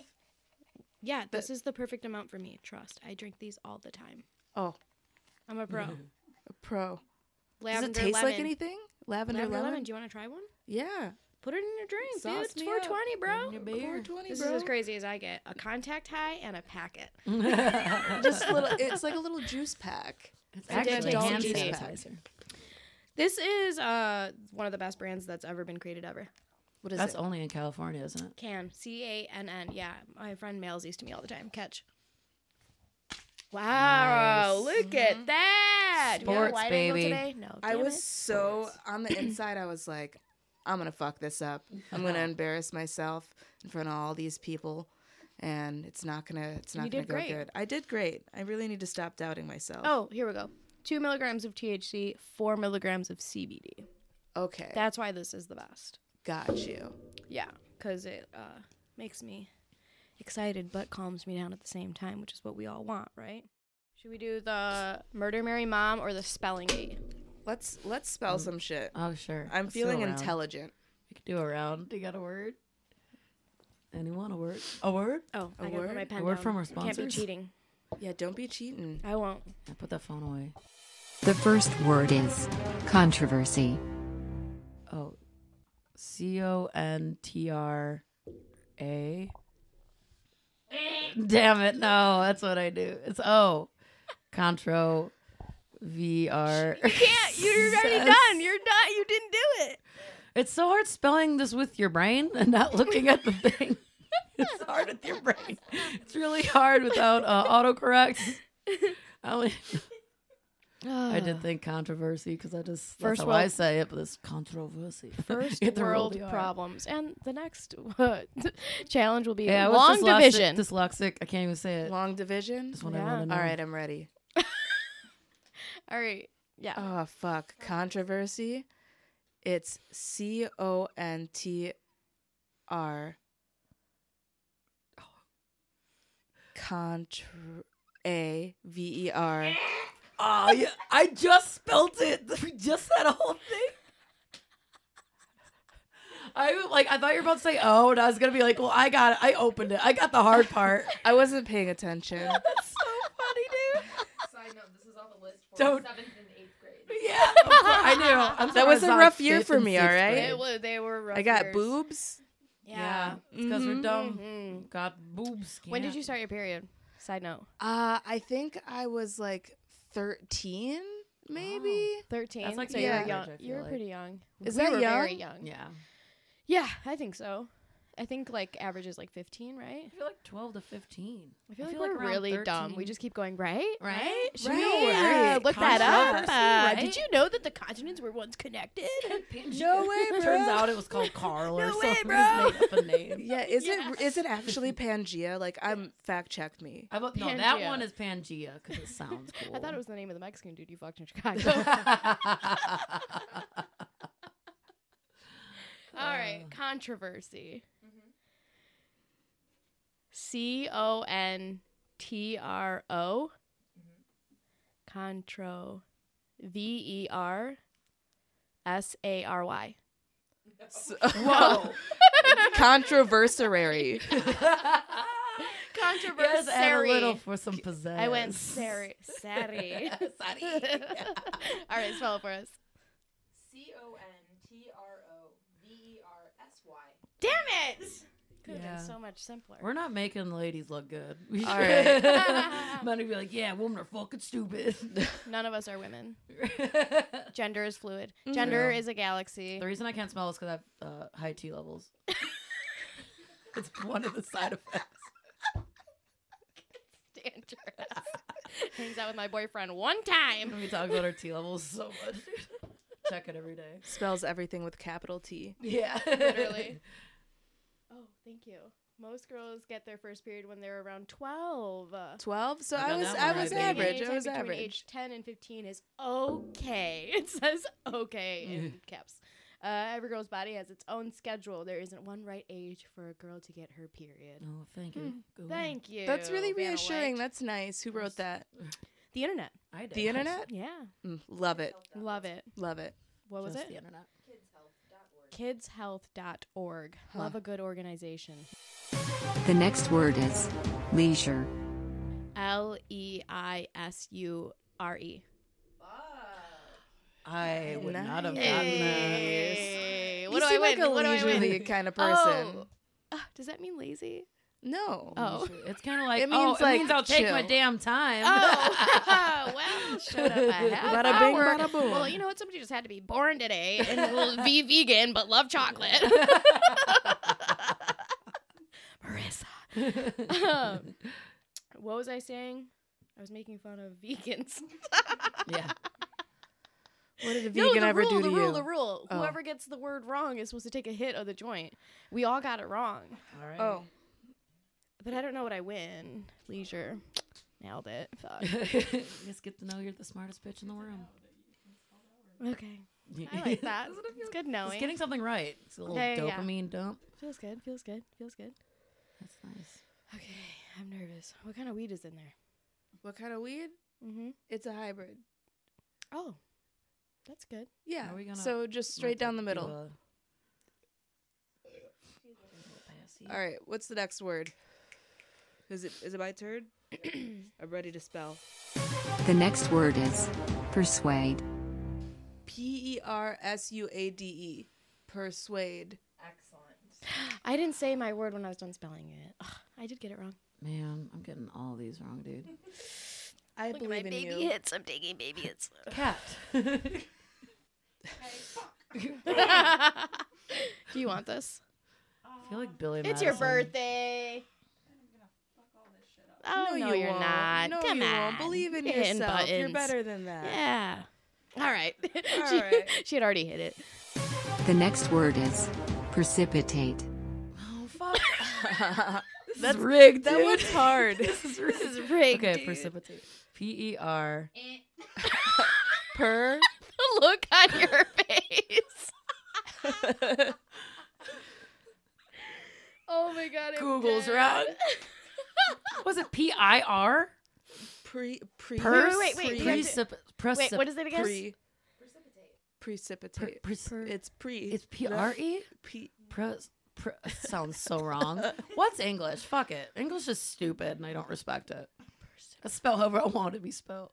Yeah, this is the perfect amount for me. Trust. I drink these all the time.
Oh,
I'm a pro.
a pro. Does it
Lavender
taste
lemon.
like anything? Lavender,
Lavender
lemon?
lemon. Do you want to try one?
Yeah.
Put it in your drink,
Sauce
dude. It's
me
420, bro.
Your beer.
420,
This
bro.
is as crazy as I get. A contact high and a packet.
Just a little, it's like a little juice pack.
It's
I did
actually
take
hand
juice
sanitizer.
This is uh one of the best brands that's ever been created ever.
What is
That's
it?
only in California, isn't it?
Can C A N N. Yeah, my friend mails these to me all the time. Catch. Wow!
Nice.
Look at that. Do we have a
Sports,
wide angle
baby.
Today? No,
I
damn
was
it.
so on the inside. I was like, I'm gonna fuck this up. I'm gonna
Uh-huh.
embarrass myself in front of all these people, and it's not gonna. It's not
You
gonna
did
go
great.
good. I did great. I really need to stop doubting myself.
Oh, here we go. Two milligrams of THC, four milligrams of CBD.
okay.
That's why this is the best.
Got you.
Yeah, because it uh, makes me excited but calms me down at the same time, which is what we all want, right? Should we do the murder, Mary, mom, or the spelling bee?
Let's let's spell some shit.
Uh,
Oh, sure.
I'm
Let's do
feeling
a round.
intelligent.
We could do a round. You got a word? Anyone? A word? A word?
Oh, I I gotta
word?
put my pen
A word
down.
from our
Can't be
sponsors?
cheating.
Yeah, don't be cheating.
I won't.
I put that phone away.
The first word is controversy.
Oh, C O N T R A. Damn it! No, that's what I do. It's O, contro, V R.
Yeah, you're already done. You're done. You didn't do it.
It's so hard spelling this with your brain and not looking at the thing. It's hard with your brain. It's really hard without uh, autocorrect. I, only- I did think controversy because I just that's
First
how I
world-
say it, but it's controversy.
First
You have to roll
world
the R.
problems, and the next uh, challenge will be
Yeah, I was
long
dyslexic,
division.
Dyslexic. I can't even say
Uh,
it.
Long division.
That's what
Yeah.
I want to know.
All right, I'm ready.
All right. Yeah.
Oh fuck, controversy. It's C O N T R. Contr A V E R.
Oh, yeah. I just spelt it. We just had a whole thing. I was like. I thought you were about to say oh, and I was gonna be like, well, I got it. I opened it. I got the hard part.
I wasn't paying attention.
That's so funny, dude.
Side note, this is on the list for
Don't-
seventh and eighth grade.
Yeah, of course. I knew. I'm
That
sorry,
was a
like
rough year
fifth
for
and
me,
sixth
all right?
They
grade.
It
were, they were rough
I got
years.
boobs.
Yeah,
Yeah.
because we're
Mhm.
dumb.
Mhm.
Got boobs.
When did
can't.
you start your period? Side note.
Uh, I think I was like 13, maybe.
Oh.
13.
That's like
so
yeah.
you were young.
I feel
You were
like.
pretty young.
Is
we
that
were very
young?
young.
Yeah,
Yeah, I think so. I think like average is like 15, right?
I feel like 12 to 15.
I feel like we're really dumb. We just keep going, right?
Right?
Should
Right.
we uh,
Right.
look that up?
Controversy,
Uh,
right?
Did you know that the continents were once connected?
No way,
Turns
bro.
out it was called Carl or
No way,
something.
bro.
Just made up a name.
Yeah, is
Yeah.
it is it actually Pangea? Like I'm fact check me.
I bu- no, that
Pangea.
one is Pangea because it sounds cool.
I thought it was the name of the Mexican dude you fucked in Chicago. All right, controversy. Mm-hmm. C O N T R O. Mm-hmm. Contro. V E R S A R Y.
Whoa.
Controversary.
Controversy.
yes, add a little for some pizzazz.
I went sari. Sari.
Sorry.
All right, spell it for us.
C O N T R O V E R S Y.
Damn it! Could have
Yeah.
been so much simpler.
We're not making ladies look good. We
All
should. Men would be like, yeah, women are fucking stupid.
None of us are women.
the
Gender is fluid. Gender
Yeah.
is a galaxy.
reason I can't smell is because I have uh, high T levels. it's one of the side effects.
Dangerous. Hangs out with my boyfriend one time.
We talk about our T levels so much. dude. Check it every day.
Spells everything with capital T.
Yeah.
Literally. Oh, thank you. Most girls get their first period when they're around 12. Uh,
12? So
I
I
got
was
that
I
one
was
right, baby.
average.
Any
I
time
was
between
average.
Age 10 and 15 is okay. It says okay in caps. Uh, every girl's body has its own schedule. There isn't one right age for a girl to get her period.
Oh, thank you. Go on.
Thank you.
That's really
Vanna
reassuring.
White.
That's nice. Who wrote that?
The internet.
I did.
The internet?
Yeah.
Mm, love it.
Love it.
Love it.
What was
Just
it?
The internet.
Kidshealth.org. Love a good organization.
The next word is leisure.
L E I S U R E.
I would not have gotten that.
Hey,
you
what do I
seem like
win?
a
What do I
leisurely
win?
kind of person.
Oh. Ah, does that mean lazy?
No.
Oh.
It's kind of like,
It means,
oh,
like,
it means I'll take my
chill.
damn time.
Oh, well, shut up. I have
Bada bing,
hour.
bada boom.
Well, you know what? Somebody just had to be born today and will be vegan but love chocolate. Marissa. Um, what was I saying? I was making fun of vegans.
yeah.
What did a
no,
vegan
the
ever
rule,
do
the
to
rule,
you?
the rule.
Oh.
Whoever gets the word wrong is supposed to take a hit of the joint. We all got it wrong.
All right.
Oh.
But I don't know what I win. Leisure. Nailed it. Fuck.
Just get to know you're the smartest bitch in the room.
Okay. I like that. it's good knowing.
Just getting something right. It's a little
Yeah, yeah, yeah.
dopamine dump.
Feels good. Feels good. Feels good.
That's nice.
Okay, I'm nervous. What kind of weed is in there?
What kind of weed?
Mm-hmm.
It's a hybrid.
Oh, that's good.
Yeah.
Are we gonna-
so just straight down the middle.
uh,
All right, what's the next word? Is it is it my turn? I'm ready to spell.
The next word is persuade.
P E R S U A D E. Persuade.
I didn't say my word when I was done spelling it. Ugh, I did get it wrong.
Man, I'm getting all these wrong, dude.
I believe in you.
hits. I'm taking baby hits.
Cat.
Do you want this?
I feel like Billy.
it's your
Madison.
birthday. Oh, no, you are
won't.
not.
No,
Come
you
on.
won't. Believe in
You're hitting
yourself. You're
buttons.
better than that.
Yeah. All right. she,
right.
she had already hit it.
The next word is precipitate.
Oh fuck.
That's rigged. That one's hard.
This is rigged.
okay,
dude.
precipitate. P E R.
per.
The look on your face. oh my god. I'm
Google's
dead.
wrong. Was it P I R?
Pre. Pre.
Per- Wait, wait, wait,
pre-
you have to-
Precip.
Wait, what is it again?
pre- Precipitate.
Precipitate.
It's pre.
It's P R E.
P.
Pres- pre- sounds so wrong. What's English? Fuck it. English is stupid, and I don't respect it. I spell however I want it to be spelled.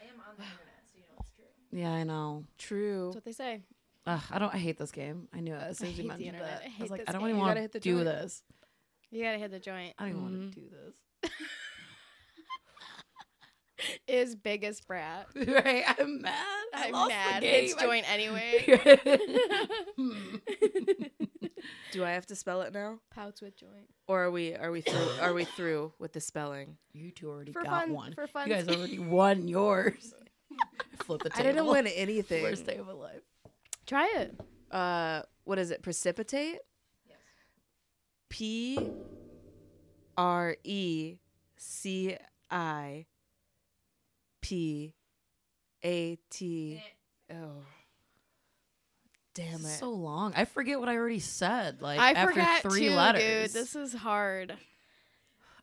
I am on the internet, so you know it's true. Yeah, I know.
True.
That's what they say.
Ugh, I don't. I hate this game. I knew it as soon as you
hate the
mentioned
internet.
that.
I
I,
hate
was like,
this
I don't
game.
even
You
want
gotta hit
to
the Mm-hmm.
do
joint.
this.
You gotta hit the joint.
I don't even
Mhm.
want to do this.
Is biggest brat.
right? I'm mad. I
I'm
lost
mad.
The game.
It's
I-
joint anyway.
Hmm.
Do I have to spell it now?
Pouts with joint.
Or are we are we through are we through with the spelling?
you two already
For
got
fun-
one.
for fun-
You guys already won yours. Flip the
I
table.
didn't win anything.
Worst day of my life.
Try it.
Uh what is it? Precipitate?
Yes.
P R E C I P A T Oh. Damn
This is
it. Uh,
So long. I forget what I already said. Like
I
after
forgot
three
too,
letters.
dude. This is hard.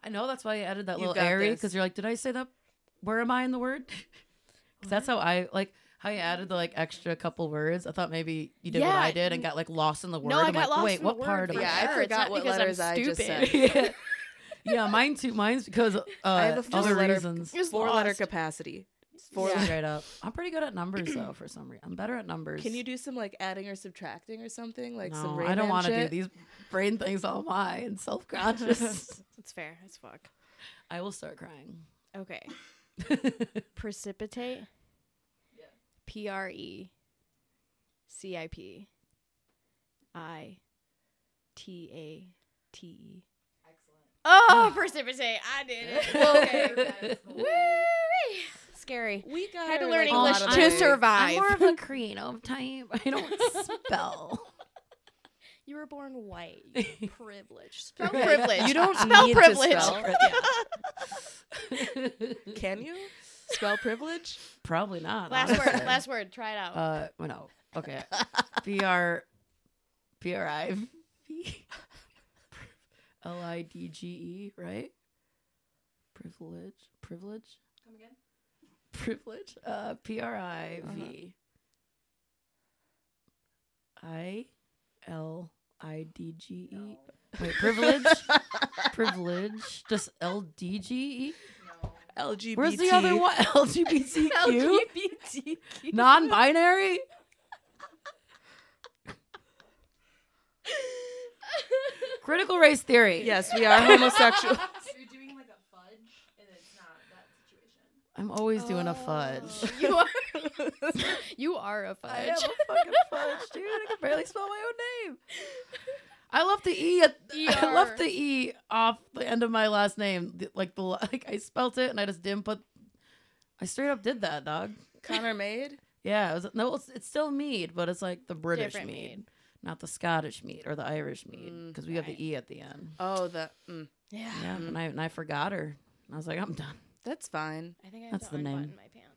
I know that's why I added that
You
little
got
airy
this.
because you're like, did I say that? Where am I in the word? 'Cause that's how I like how you added the like extra couple words. I thought maybe you did what
Yeah,
I did
n-
and got like lost in the word.
No, I
I'm
got
like,
lost
Wait,
in the
what
word
part of
for
it?
Yeah, I
sure. It's
forgot
not
what
because I'm
letters I just
stupid.
said.
yeah. yeah, mine too. Mine's because uh,
have a
other
four-letter-
reasons.
Just
Four letter
lost.
capacity.
Four
Yeah.
straight up. I'm pretty good at numbers though. For some reason, I'm better at numbers.
Can you do some like adding or subtracting or something? Like some
no, I don't
want
wanna do these brain things all mine. Self conscious.
It's fair as fuck.
I will start crying.
Okay. Precipitate. P R E C I P I T A T E. Oh, precipitate. I did it. Okay. Woo-wee. Scary.
We got
Had to learn
a
English
lot of
to
things.
survive.
of a creative type. I don't spell.
You were born white. You privileged. Spell
Right.
privilege.
You don't
spell
need to
privilege.
spell.
Yeah.
Can you spell privilege?
Probably not.
Last word.
honestly.
Last word. Try it out.
Uh, well, no. Okay. P R P R I V L I D G E. Right. Privilege. Privilege.
Come again?
Privilege. Uh, P R I V I L I D G E. Wait, privilege. privilege. Just L D G E.
LGBT.
Where's the other one? LGBTQ?
LGBT.
Non binary? Critical race theory.
Yes, we are homosexual.
So you're doing like a fudge, and it's not that situation.
I'm always doing a fudge.
You are. you are a fudge.
I am a fucking fudge, dude. I can barely spell my own name. I left the E. At, I
ER.
left the E off the end of my last name. Th- Like the la- like I spelt it and I just didn't put. I straight up did that, dog.
Connor Maid.
Yeah, it was, no, it's, it's still mead, but it's like the British mead,
Different mead.
not the Scottish mead or the Irish mead,
Mm,
because we have the e at the end.
Oh, the. Mm,
Yeah.
Yeah, and I and I forgot her. I was like, I'm done.
that's fine.
I think I have
That's
to
the name.
unbutton my pants.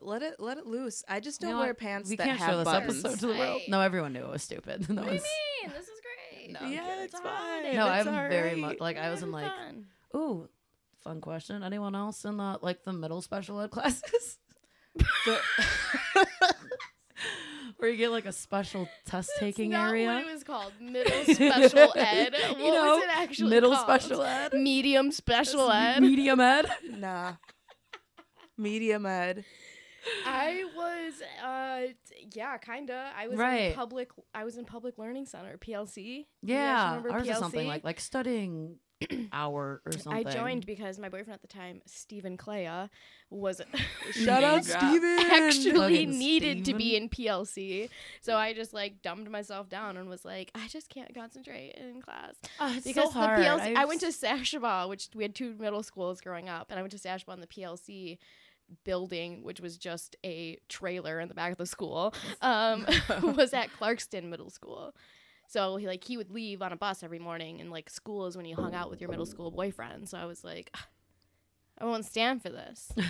Let it let it loose. I just
You
don't
know
wear
what?
pants
we
that
can't
have
show this
buttons.
episode to the world.
I-
No, everyone knew it was stupid. That was,
Man, this is great.
No, I'm
Yeah,
kidding.
it's fine.
no,
It's
I'm very
alright.
much like I was in
Having
like,
fun.
ooh, fun question. Anyone else in the like the middle special ed classes? Where you get like a special test taking
Not
area?
What it was called middle special ed.
You
What
know,
was it actually
middle
called?
special ed?
Medium special ed.
Medium ed.
Nah. Medium ed.
Oh.
I was, uh, t- yeah, kinda. I was in
Right.
public. I was in public learning center (PLC). Do you guys
Yeah,
remember
ours is
PLC?
something like like studying hour or something.
I joined because my boyfriend at the time, Stephen Clea, was
Shout out Steven.
actually
Fucking
needed to be
Steven.
in PLC. So I just like dumbed myself down and was like, I just can't concentrate in class.
Ah, it's so
Because
hard.
the PLC, I
I've
went to Sashaba, which we had two middle schools growing up, and I went to Sashaba in the PLC building, which was just a trailer in the back of the school, um, was at Clarkston Middle School. So he like he would leave on a bus every morning, and like school is when you hung out with your middle school boyfriend. So I was like, "Ugh, I won't stand for this.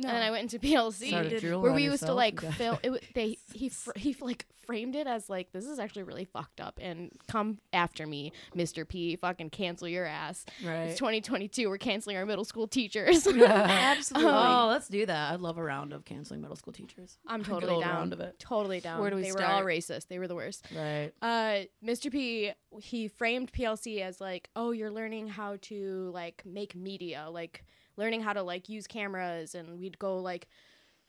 And then I went into PLC
Started drooling
where we
on
used to
yourself.
like
Okay.
film. It, wa- they he fr- he like framed it as like this is actually really fucked up and come after me, Mr. P. Fucking cancel your ass.
Right.
It's 2022. We're canceling our middle school teachers.
Absolutely.
Oh, let's do that. I'd love a round of canceling middle school teachers.
I'm
A good
totally
old
down.
round of it.
Totally down.
Where do we
they were all
start?
racist. They were the worst.
Right.
uh mr p he framed plc as like oh you're learning how to like make media like learning how to like use cameras and we'd go like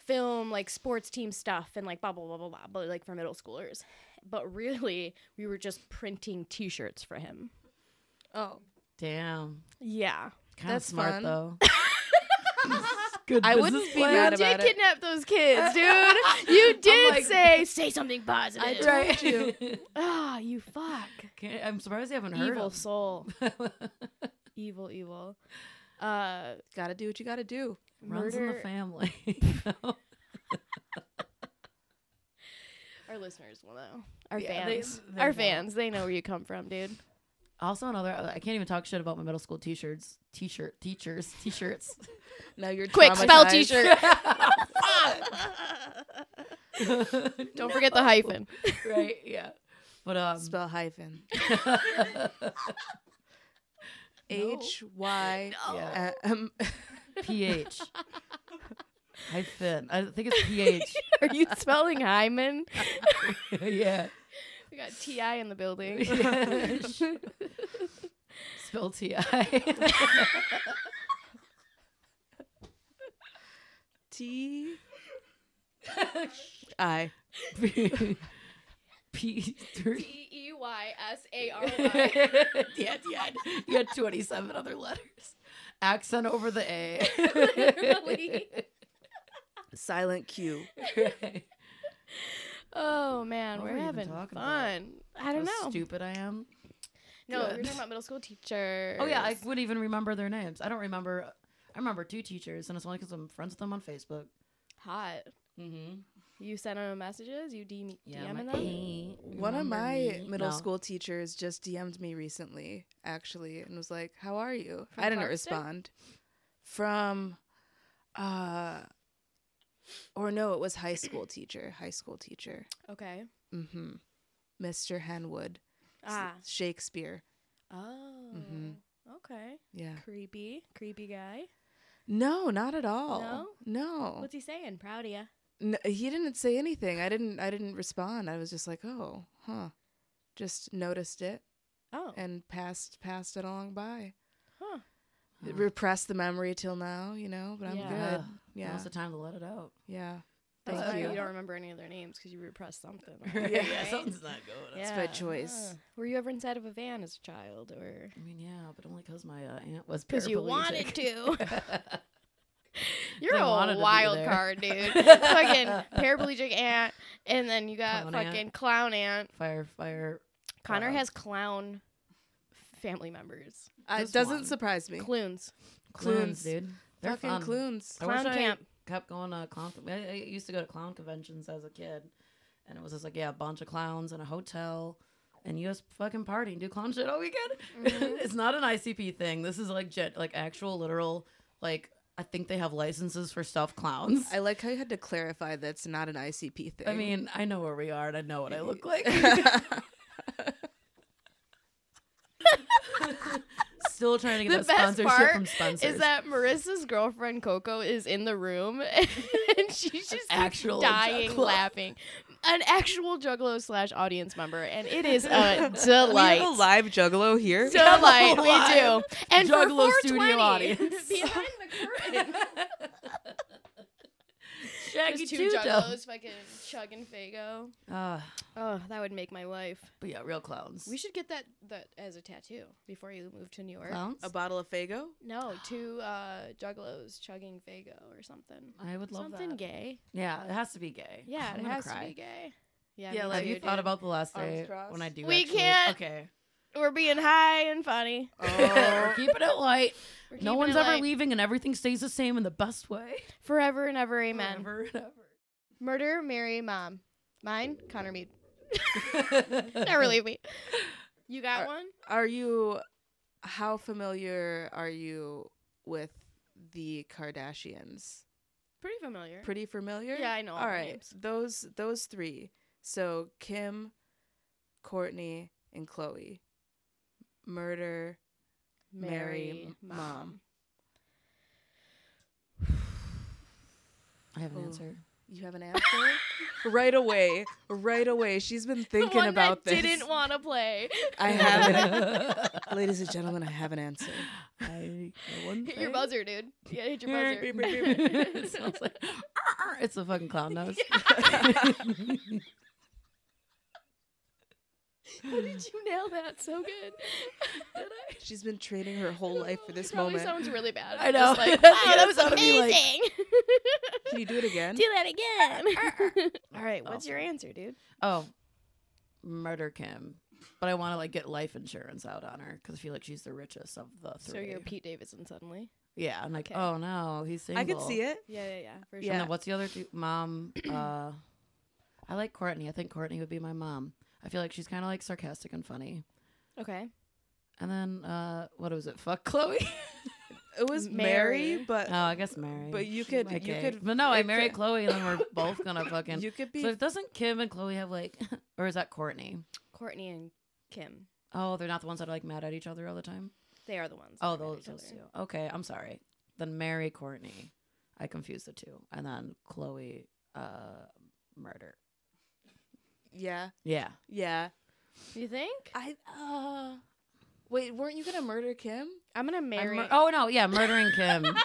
film like sports team stuff and like blah blah blah blah blah, but like for middle schoolers. But really, we were just printing T-shirts for him.
Oh,
Damn.
Yeah,
Kind of
That's
smart
fun.
though. Good
I wouldn't
business
be
plan.
mad
you did
about it.
kidnap those kids, dude. You did
like-
say say something positive.
I
Ah,
told you.
you fuck.
Can't- I'm surprised you haven't heard
evil
of
soul
Runs
evil evil uh
Gotta do what you gotta do.
in the
murder
family. you know?
our listeners will know our
Yeah,
they-
fans
they
our
know.
fans they know where you come from dude
Also, another I can't even talk shit about my middle school t-shirts, t-shirt, teachers, t-shirts.
Now you're
quick spell
traumatized.
t-shirt don't forget the hyphen
right? Yeah, but um,
Spell hyphen. H Y
Yeah.
M.
ph. Hyphen. I think it's ph.
are you spelling hymen
yeah.
we got ti in the building
Spell ti.
T I.
P.
E t-e-y-s-a-r-y
yeah, yeah. You had 27 other letters. Accent over the A.
Literally.
Silent Q.
oh man
What
we're
were we even
having fun
talking about?
i don't
How
know
stupid I am.
no we're
Good.
talking about middle school teachers
Oh, yeah. I wouldn't even remember their names. I don't remember. I remember two teachers, and it's only because I'm friends with them on Facebook.
hot
Mm-hmm.
you send them messages you dm
Yeah.
DMing
I'm
them
like, "Hey,
One of
remember
my
me?"
middle
No.
school teachers just DM'd me recently, actually, and was like, "How are you?"
From
I didn't
Clarkston?
respond. From, uh, or no, it was high school teacher. High school teacher.
okay
Mm-hmm. Mr. Henwood. S-
ah
Shakespeare.
Oh.
mm-hmm.
Okay.
Yeah.
Creepy. Creepy guy.
No, not at all.
No?
No.
What's he saying? Proud of ya.
N- he didn't say anything. I didn't. I didn't respond. I was just like, oh, huh. Just noticed it
Oh.
and passed passed it along by.
Huh.
Huh.
Repressed the memory till now, you know. But I'm
Yeah.
good.
Ugh,
Yeah.
Now's the time to let it out.
yeah.
That's
Thank
why you.
you.
don't remember any of their names because you repressed something.
Right?
Yeah.
Yeah, something's not going on.
by choice.
huh. Were you ever inside of a van as a child or
I mean, yeah, but only because my uh, aunt was
because you wanted to? You're
They wanted to
a
be
wild
there.
card, dude. fucking paraplegic aunt, and then you got
Clown aunt.
fucking clown aunt.
Fire, fire.
Connor
Wow.
has clown family members.
I, Uh, it
Just
doesn't
one.
surprise me.
Clunes.
Clowns,
Clowns.
dude. They're
Fucking
fun.
clowns.
I wish
Clown
I
camp.
kept going to clown. I, I used to go to clown conventions as a kid, and it was just like yeah, a bunch of clowns in a hotel, and you just fucking party and do clown shit all weekend.
Mm-hmm.
it's not an ICP thing. This is like jet, like actual literal, like I think they have licenses for stuffed clowns.
I like how you had to clarify that's not an ICP thing.
I mean, I know where we are and I know what I look like. Still trying to get
the
that
best
sponsorship
part
from sponsors.
is that Marissa's girlfriend Coco is in the room and she's just
actual
dying
juggalo.
laughing. An actual juggalo slash audience member, and it is a
we have a
delight.
live juggalo here.
Delight,
a
we do.
live
And
Juggalo
for
studio
420,
audience.
behind the curtain,
Shaggy
there's two
Tudo.
juggalos fucking chugging Fago.
Ah,
Oh, that would make my life.
but yeah, real clowns.
We should get that that as a tattoo before you move to New York.
clowns.
A bottle of Fago.
No, two uh, juggalos chugging Fago or something.
I would love
something
that.
gay.
Yeah, it has to be gay.
Yeah,
I'm
it
gonna
has
cry.
to be gay. Yeah,
Yeah,
me
like-
Have
too,
you
dude.
thought about the last
Arms
day
crossed.
when I do?
We
actually-
can't.
Okay.
We're being high and funny.
Oh.
We're keeping it light.
We're
No
keeping
one's
it
ever
light.
leaving, and everything stays the same in the best way.
Forever and ever, amen.
Forever and ever.
Murder, Mary, mom. Mine, Connor Mead. Never leave me. You got
Are-
one?
Are you? How familiar are you with the Kardashians?
Pretty familiar.
Pretty familiar.
Yeah, I know all
All
their
right,
names.
those those three. So Kim, Courtney, and Chloe. Murder. Mary, mom.
I have an
Ooh.
answer.
You have an after? right away. Right away. She's been thinking
the one
about
that
this.
didn't want to play.
I have an Ladies and gentlemen, I have an answer.
I, the one
Hit your
thing-
buzzer, dude. You gotta hit your
Beep, beep,
buzzer.
beep, beep. It sounds like- it's a fucking clown nose.
How did you nail that so good? Did I?
She's been training her whole life for
It
this
probably
moment.
sounds really bad.
I
I'm just
know.
Like,
That's
wow,
the
that was
episode of me, like-
amazing.
Can you do it again?
Do that again. All right, what's your answer, dude?
Oh, murder Kim. But I want to like get life insurance out on her because I feel like she's the richest of the three.
So you're Pete Davidson suddenly.
yeah. I'm like,
Okay.
oh no, he's single.
I could see it.
Yeah, yeah, yeah. For
And
sure.
then what's the other two? Mom. Uh, I like Courtney. I think Courtney would be my mom. I feel like she's kind of like sarcastic and funny.
Okay.
And then uh, what was it? Fuck Chloe.
It was Mary,
Mary.
but
oh, I guess Mary.
but you could
Okay.
you could
But no, I
it
marry
could-
Chloe, and then we're both gonna fucking.
You could be
so if doesn't Kim and Chloe have like, or is that Courtney?
Courtney and Kim.
Oh, they're not the ones that are like mad at each other all the time.
They are the ones. that
Oh,
are mad at
those
each
those
other.
two. Okay, I'm sorry. Then Mary Courtney. I confused the two, and then Chloe uh, murder.
yeah
Yeah.
yeah.
You think?
I uh wait, weren't you gonna murder Kim?
I'm gonna
I
marry.
mur- oh no, yeah, murdering Kim.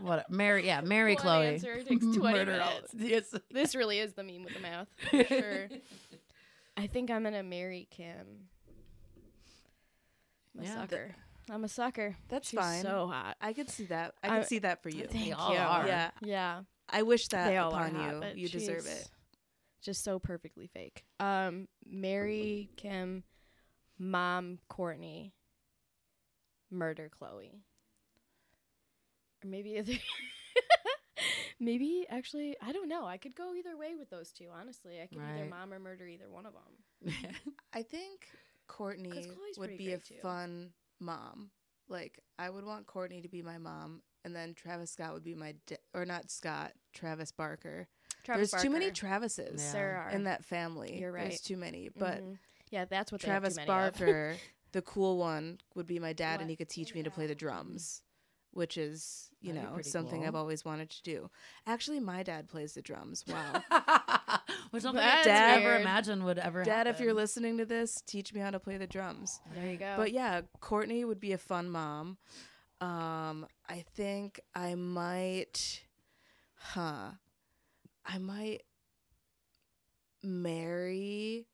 what? Mary? Yeah, Mary
One
Chloe.
answer takes 20
Murder all-
minutes.
Yes.
This really is the meme with the mouth. For sure. I think I'm gonna marry Kim. I'm a
Yeah.
sucker. I'm a sucker.
That's
She's
fine.
so hot.
I could see that. I could
I-
see that for you.
Thank
all
you.
are.
Yeah.
Yeah.
I wish that
They all
upon
are hot,
you.
but
you deserve
she's
it.
Just so perfectly fake. Um, marry Kim, mom Courtney, murder Chloe. Or maybe other- maybe actually I don't know. I could go either way with those two. Honestly, I could either
Right.
mom or murder either one of them.
I think Courtney
Chloe's
would
pretty
be a
great, too.
fun mom. Like I would want Courtney to be my mom, and then Travis Scott would be my da- or not Scott Travis Barker.
Travis
There's too many
Barker.
Travises
Yeah.
there are
in that family.
You're right.
There's too many, but
Mhm. yeah, that's what they have too
Travis
many of.
Barker, the cool one, would be my dad,
What? Oh,
and he could teach me to play the drums, which is you
That'd be
know
pretty
something I've
cool.
always wanted to do. Actually, my dad plays the drums. Wow.
Which something
That's
I never
weird.
imagined would ever happen.
Dad, if you're listening to this, teach me how to play the drums.
There you go.
But yeah, Courtney would be a fun mom. Um, I think I might, huh? I might marry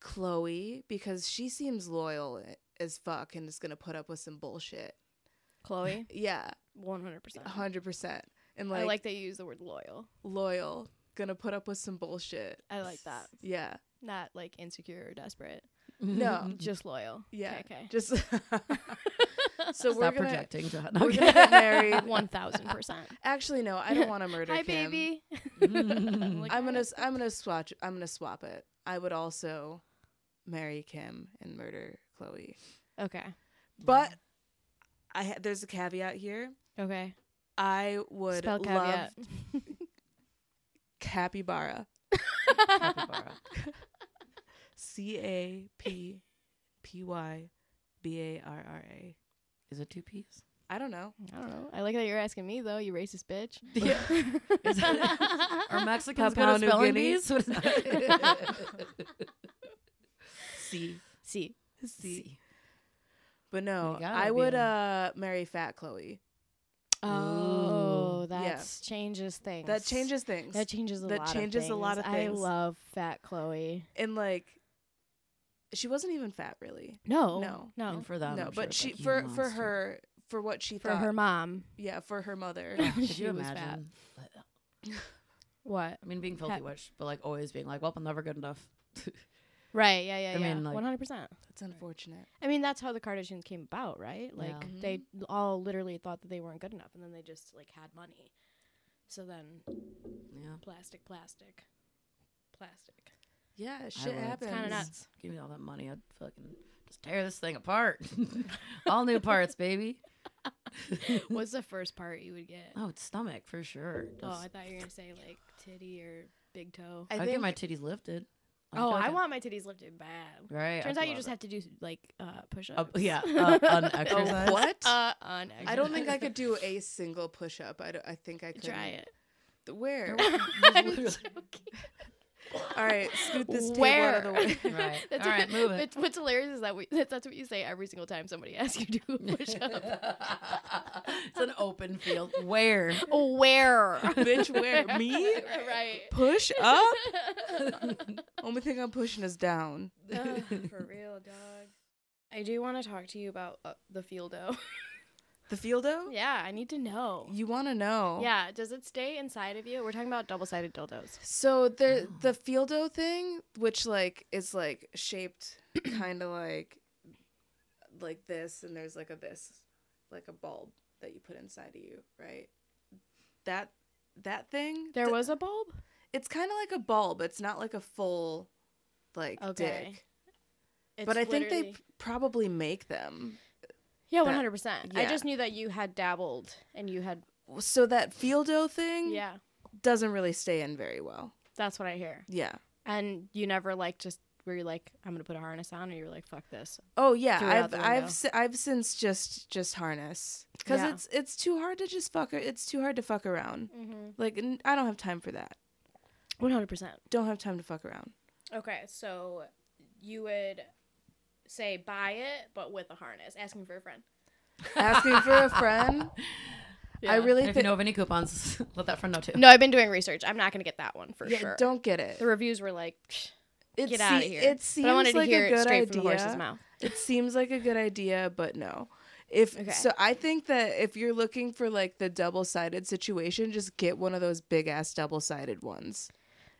Chloe because she seems loyal as fuck and is gonna put up with some bullshit.
Chloe,
Yeah,
one hundred percent.
a hundred percent. And
I
like,
like that you use the word loyal.
loyal, gonna put up with some bullshit.
I like that.
Yeah,
Not like insecure or desperate.
no,
Just loyal.
Mm-hmm. yeah,
Okay.
just. so we're
Stop
gonna
projecting, John.
we're gonna get married.
One thousand percent.
Actually, no, I don't want to murder
Hi,
Kim.
baby.
I'm
Like,
I'm
"Hi."
gonna s- I'm gonna swatch I'm gonna swap it. I would also marry Kim and murder Chloe.
Okay.
But I ha- there's a caveat here.
Okay.
I would
Spell
love
caveat.
capybara.
Capybara.
C A P P Y B A R R A.
Is it two piece?
I don't know.
I don't know. I like that you're asking me though. You racist bitch.
Yeah. Is it- are Mexicans good
Papua
at
New
spelling
Guinea?
bees? What is that?
C
See,
C. But no,
You gotta
I
be
would
a-
uh marry fat Chloe.
oh,
Yeah.
that changes things.
That changes things.
That changes a
That
lot.
changes
of
a lot of things.
I love fat Chloe.
and like she wasn't even fat really.
No,
No.
no.
And for them,
Oh. no,
I'm sure
but
it's
she
like, you
for for
monster.
her for what she
For
thought.
her mom,
yeah, for her mother.
she
Could you
was fat.
imagine?
What?
I mean, being filthy
Pat-
witch, but like always being like, "Well, I'm never good enough."
Right? Yeah, yeah,
I
yeah.
mean, like-
One hundred percent.
That's unfortunate.
I mean, that's how the Kardashians came about, right? Like
Yeah.
they all literally thought that they weren't good enough, and then they just like had money. So then,
yeah,
plastic, plastic, plastic.
Yeah, shit
would. It's
happens.
It's kind of nuts.
give me all that money, I'd fucking just tear this thing apart. all new parts, baby.
What's the first part you would get?
Oh, it's stomach for sure.
Oh,
Just-
I thought you were gonna say like titty or big toe.
I
I'd
think
get my titties lifted. I
oh,
feel like
I
I'd-
want my titties lifted bad.
Right.
Turns
I'd
out you
love
just
it.
have to do like uh, push-ups.
Uh, yeah, uh, an
Oh,
exercise.
what?
uh, on
I don't think I could do a single push up. I, don't- I think I could.
try it.
Where?
I'm joking.
All right, scoot this
Where?
table out of the way.
Right.
That's
All right,
what,
move it.
it's- What's hilarious is that we that's, that's what you say every single time somebody asks you to do a push up.
it's an open field. Where?
Where?
Bitch, where? Me?
right.
Push up? Only thing I'm pushing is down.
for real, dog. I do want to talk to you about uh, the fieldo.
The fieldo?
yeah, I need to know.
You want to know?
Yeah, does it stay inside of you? We're talking about double-sided dildos.
So the
Oh.
the fieldo thing, which like is like shaped kind of like like this, and there's like a this, like a bulb that you put inside of you, right? That that thing.
There
th-
was a bulb?
It's kind of like a bulb. It's not like a full, like
Okay.
dick.
It's
but I think they
literally-
p- probably make them.
Yeah,
that-
100%. I
yeah.
just knew that you had dabbled and you had
So that fieldo thing
Yeah,
doesn't really stay in very well.
that's what I hear.
Yeah.
And you never like just were you like I'm gonna put a harness on, and you were like fuck this.
Oh yeah,
Threw it out
I've
the
I've
window.
si- I've since just just harness because
Yeah.
it's it's too hard to just fuck. It's too hard to fuck around.
Mm-hmm.
Like n- I don't have time for that.
One hundred percent.
Don't have time to fuck around.
Okay, so you would say buy it, but with a harness, asking for a friend.
Asking for a friend. I really
And if you
think
know of any coupons, let that friend know too.
No, I've been doing research. I'm not gonna get that one for
yeah,
sure.
don't get it.
The reviews were like, "Psh,
It
get out of
se-
here.
It seems
but I wanted
like
to hear
a
it
good
straight
idea.
from the horse's mouth.
It seems like a good idea, but no. If
Okay.
so, I think that if you're looking for like the double sided situation, just get one of those big ass double sided ones.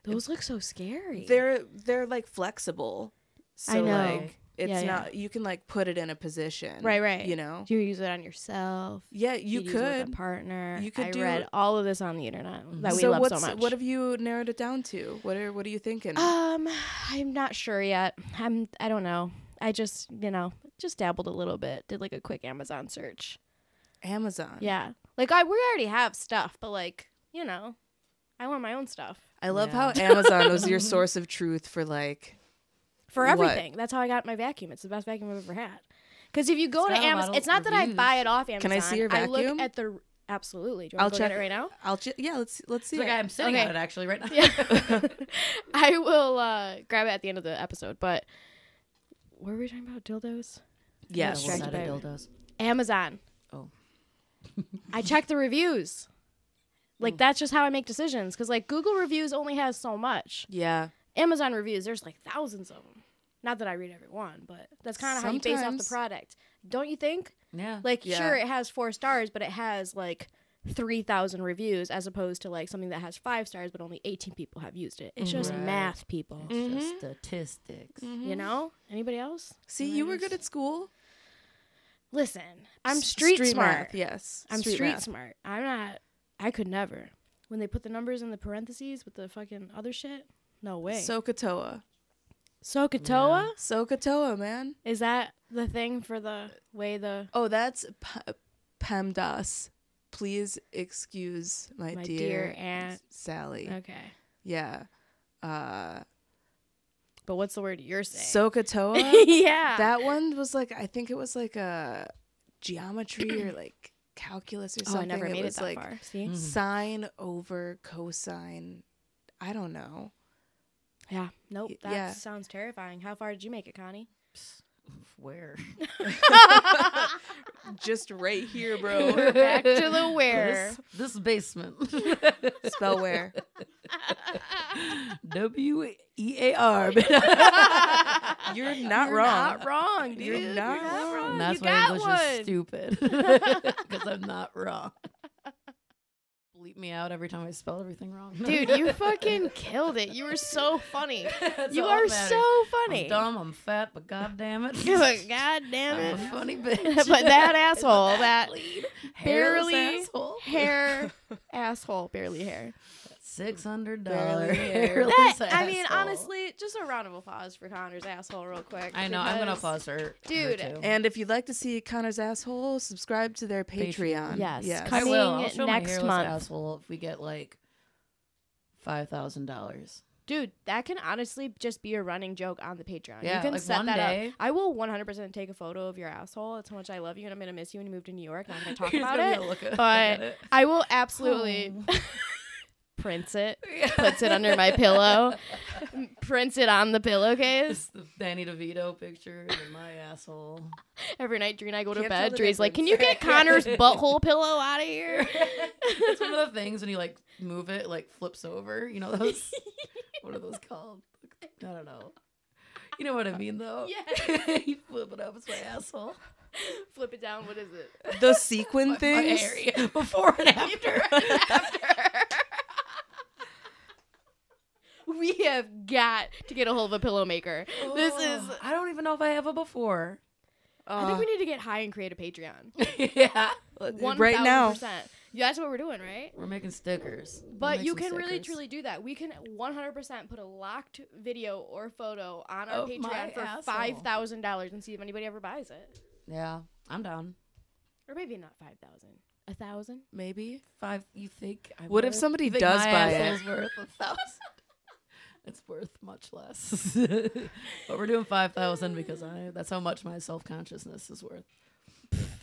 Those look so scary.
they're they're like flexible so
I know.
like it's
Yeah, yeah.
not you can like put it in a position
right, right.
you know
you use it on yourself.
yeah you
You'd use it with a
could
partner.
You could
I
do-
read all of this on the internet that we
so
love
what's
so much.
what have you narrowed it down to what are what are you thinking
Um, I'm not sure yet. I'm I don't know. I just you know just dabbled a little bit. Did like a quick Amazon search.
amazon
Yeah, like I we already have stuff, but like you know, I want my own stuff
i love
Yeah.
how amazon was your source of truth for like
for
What?
everything. That's how I got my vacuum. It's the best vacuum I've ever had. Because if you go
It's
to
got a lot
Amazon,
of
it's not that I
reviews.
buy it off Amazon.
I see your
I
vacuum?
look at the absolutely. Do you
i'll
want to go
check
get it right now?
i'll che- yeah let's let's see
It's like
it.
I'm sitting
Okay.
on it actually right now.
Yeah. I will uh, grab it at the end of the episode. But what were we talking about? Dildos.
yes
Double-sided
Double-sided
babe.
dildos.
Amazon.
Oh.
I check the reviews. Like that's just how I make decisions cuz like Google reviews only has so much.
yeah
Amazon reviews there's like thousands of them. Not that I read every one, but that's kind of how you base off the
Sometimes.
product. Don't you think?
Yeah.
Like
Yeah.
sure it has 4 stars, but it has like 3000 reviews as opposed to like something that has 5 stars but only 18 people have used it. It's just
Right.
math people.
it's just statistics.
You know? Anybody else?
see you were good at school
Listen, I'm
S-
street, smart.
math, yes
I'm street
math.
smart. I'm not. I could never. When they put the numbers in the parentheses with the fucking other shit, no way. So
Sokotoa.
Sokotoa
Sokotoa, man.
is that the thing for the way the
Oh, that's P- PEMDAS. Please excuse my,
My
dear,
dear aunt.
Sally.
okay.
Yeah. Uh,
But what's the word you're saying?
Sokotoa.
yeah.
that one was like I think it was like a geometry or like calculus or
oh,
something.
I never made it, mm,
was
that
like
far. See?
sine over cosine. I don't know.
Yeah. Nope.
Y-
That
yeah.
sounds terrifying. How far did you make it, Connie?
Where?
Just right here,
We're
bro.
back to the where.
This, this basement.
Spell where.
W E A
Oh
R.
You're not
You're
wrong.
Not wrong, dude.
You're not wrong.
wrong.
That's
you
why
got
English
one.
is stupid. Because I'm not wrong. Bleep me out every time I spell everything wrong.
Dude, you fucking killed it. You were so funny.
That's
you
all
are
that matters.
so funny.
I'm dumb, I'm fat, but god damn it.
You're like, God damn
I'm
it.
a funny bitch.
but that asshole, that
Hairless
barely
asshole.
hair asshole, barely hair.
Six hundred
Barely
dollar
hair.
hairless
That-
asshole.
I mean, honestly, just a round of applause for Connor's asshole, real quick.
I know. I'm gonna
because-
pause her.
Dude,
her too.
And if you'd like to see Connor's asshole, subscribe to their Patreon.
Patreon.
Yes.
I will. I'll
Coming
show my
next
hairless
month.
asshole if we get like five thousand dollars.
Dude, that can honestly just be a running joke on the Patreon.
Yeah,
you can
like
set
one
that
day-
up. I will 100% take a photo of your asshole. That's how much I love you, and I'm gonna miss you when you move to New York. and I'm gonna talk
You're just
about
gonna
it,
be a look at- look
but
at it.
I will absolutely prints it, puts it under my pillow, m- prints it on the pillowcase.
It's the Danny DeVito picture and my asshole.
Every night, Dree and I go to
Can't tell
bed.
the
Dree's like, "Can you get Connor's butthole pillow out of here?"
It's one of the things when you like move it, like flips over. You know those? what are those called? I don't know. You know what I mean, though. Yeah. you flip it up. It's my asshole.
Flip it down. What is it?
The sequin
My
things.
area before and after.
We have got to get a hold of a pillow maker. This is.
Oh, I don't even know if I have a before.
I think
Uh,
we need to get high and create a Patreon.
yeah.
right now.
1000%. Yeah, that's what we're doing, right?
We're making stickers. We'll
But
make
you
some
can really
stickers.
truly do that. We can 100% put a locked video or photo on our
Of my
Patreon for
asshole.
$5,000 and see if anybody ever buys it.
Yeah, I'm down.
Or maybe not 5,000. A thousand?
Maybe five. You think? I
What if
would?
somebody
You think
does
my
buy
asshole's worth a thousand. It's worth much less, but we're doing five thousand because I—that's how much my self-consciousness is worth.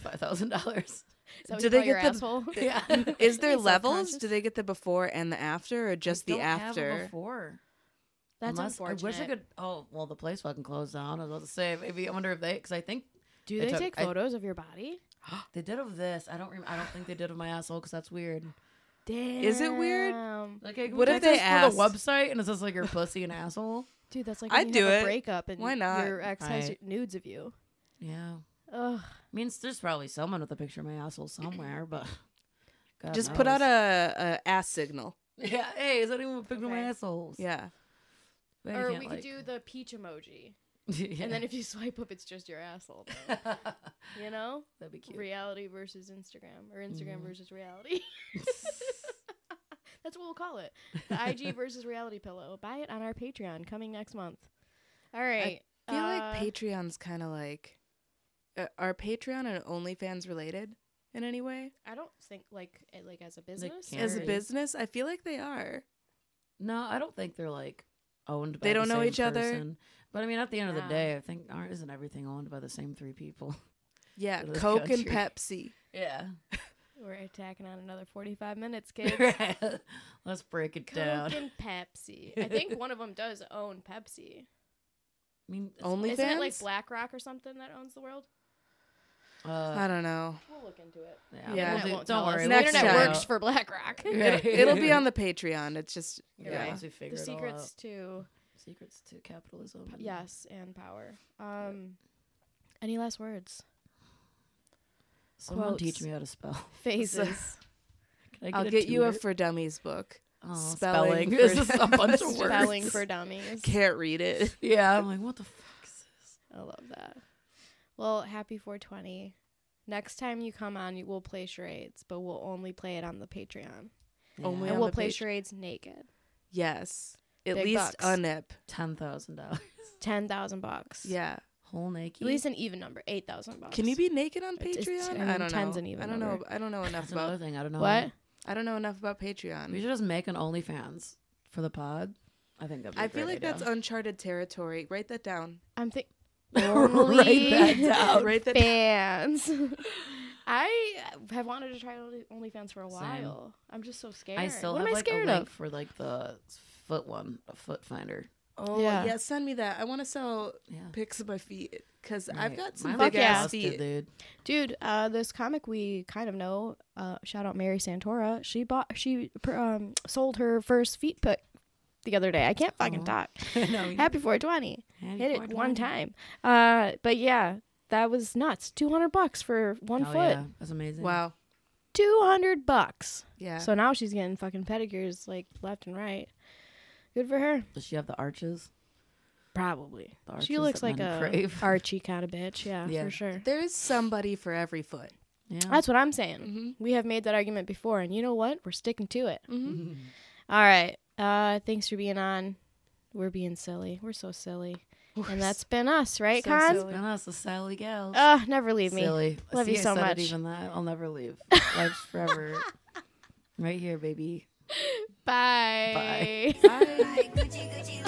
Five thousand dollars.
Is that what
Do
you
they
call your
get the-
asshole?
Yeah.
is there
It's
levels?
self-conscious.
Do they get the before and the after, or just the
Don't have a
after?
before.
That's
Unless-
unfortunate.
I wish I could. Oh well, the place fucking closed down. I was about to say maybe I wonder if they because I think
Do
I
they
took-
take
I-
photos of your body?
they did of this. I don't. Rem- I don't think they did of my asshole because that's weird.
Damn.
it weird?
Like, hey,
What
what
if
if
they
they
asked-
asked the website and it says like your pussy and asshole?
Dude, that's like when
I'd
you
do
have
it.
a breakup and
Why not?
your ex has
Right.
nudes of you.
Yeah.
Ugh.
means there's probably someone with a picture of my asshole somewhere, but God
Just put out
knows.
a, a ass signal.
yeah. Hey, is anyone with a picture of my
Okay.
assholes?
Yeah.
Then you
Or we
can't,
could
like-
do the peach emoji.
Yeah.
And then if you swipe up, it's just your asshole. though.
that'd
you know?
be cute. Mm.
Reality versus Instagram, or Instagram versus reality. That's what we'll call it. The IG versus reality pillow. Buy it on our Patreon coming next month. All right.
I feel
uh,
like Patreon's kind of like. Uh, are Patreon and OnlyFans related in any way?
I don't think like it, like as a business.
can't
As a
Very.
business, I feel like they are.
No, I don't think they're like owned. by
They
the
don't know
same
each other?
person. But I mean, at the end of
No.
the day, I think aren't isn't everything owned by the same three people?
Yeah,
Little
Coke and Pepsi.
country. Yeah.
We're attacking on another forty-five minutes, kids.
Let's break it
Coke
down. I
and Pepsi. I think one of them does own Pepsi.
mean, it's-
Only-
Isn't it like
OnlyFans?
BlackRock or something that owns the world?
uh,
I don't know.
We'll look into it.
Yeah.
yeah. we'll
Internet
do-
won't
don't
tell us.
worry.
The
we'll
Next
internet
figure it
time.
works
out.
for BlackRock.
Right.
It'll be on the Patreon. It's just
You're
yeah.
right.
Once we
the
figure it all out.
secrets to
secrets to capitalism. and-
yes and power. Um, any last words?
Someone teach
Quotes.
me how to spell.
Phases.
Can I
I'll
a
get you a
tutor?
for dummies book.
Oh,
spelling
spelling.
for-
This is a bunch of words.
Spelling for dummies.
Can't read it.
Yeah, I'm like, what the fuck is this?
I love that. Well, happy 420. Next time you come on, you- we'll play charades, but we'll only play it on the Patreon.
Only
and
on
we'll
the
play
Patreon.
charades naked.
Yes. At
Big
least
bucks.
a nip.
ten thousand dollars.
Ten thousand bucks.
Yeah.
Whole naked.
At least an even number. Eight thousand bucks.
Can you be naked on
It's-
Patreon?
it's- I
I
mean,
don't
ten's
know.
an even
I don't know.
number.
I don't know enough
that's another
about.
thing. I don't know.
what?
I don't know enough about
We
Patreon.
should just make an OnlyFans for the pod. I think that'd be a
I feel
great
like that's
idea.
uncharted territory. Write that down.
I'm think
Write that down.
Write that.
fans. I have wanted to try Only- OnlyFans for a while. I'm just so scared.
I still
what
have
am I
like
scared
a link
of?
for like the foot one, a foot finder.
Oh yeah.
Yeah.
send me that. I want to sell
Yeah.
pics of my feet because
Right.
I've got some
Mine
big
looks
ass
busted,
feet.
dude.
Dude, uh, this comic we kind of know, uh, shout out Mary Santora. She bought, she pr- um, sold her first feet put the other day. I can't fucking
Aw.
talk.
No, you-
Happy 420.
Happy
Hit it one
420.
time. Uh, but yeah, that was nuts. 200 bucks for one
Hell
foot.
yeah, that's amazing.
Wow.
200 bucks.
Yeah.
So now she's getting fucking pedicures like left and right. Good for her.
Does she have the arches?
Probably.
The arches
She looks
that
like
men
a
crave.
Archie kind of bitch. Yeah,
Yeah.
for sure.
there is somebody for every foot.
Yeah.
That's what I'm saying. We have made that argument before, and you know what? We're sticking to it.
Mm-hmm.
All right. Uh, thanks for being on. We're being silly. We're so silly. and that's been us, right,
so
Cons?
silly.
And that's the Sally Gals.
Ugh, never leave me.
Silly.
Love you
I
so
said it
much.
even that. I'll never leave. Life's forever. right here, baby.
Bye.
Bye.
Bye.
Gucci, Gucci,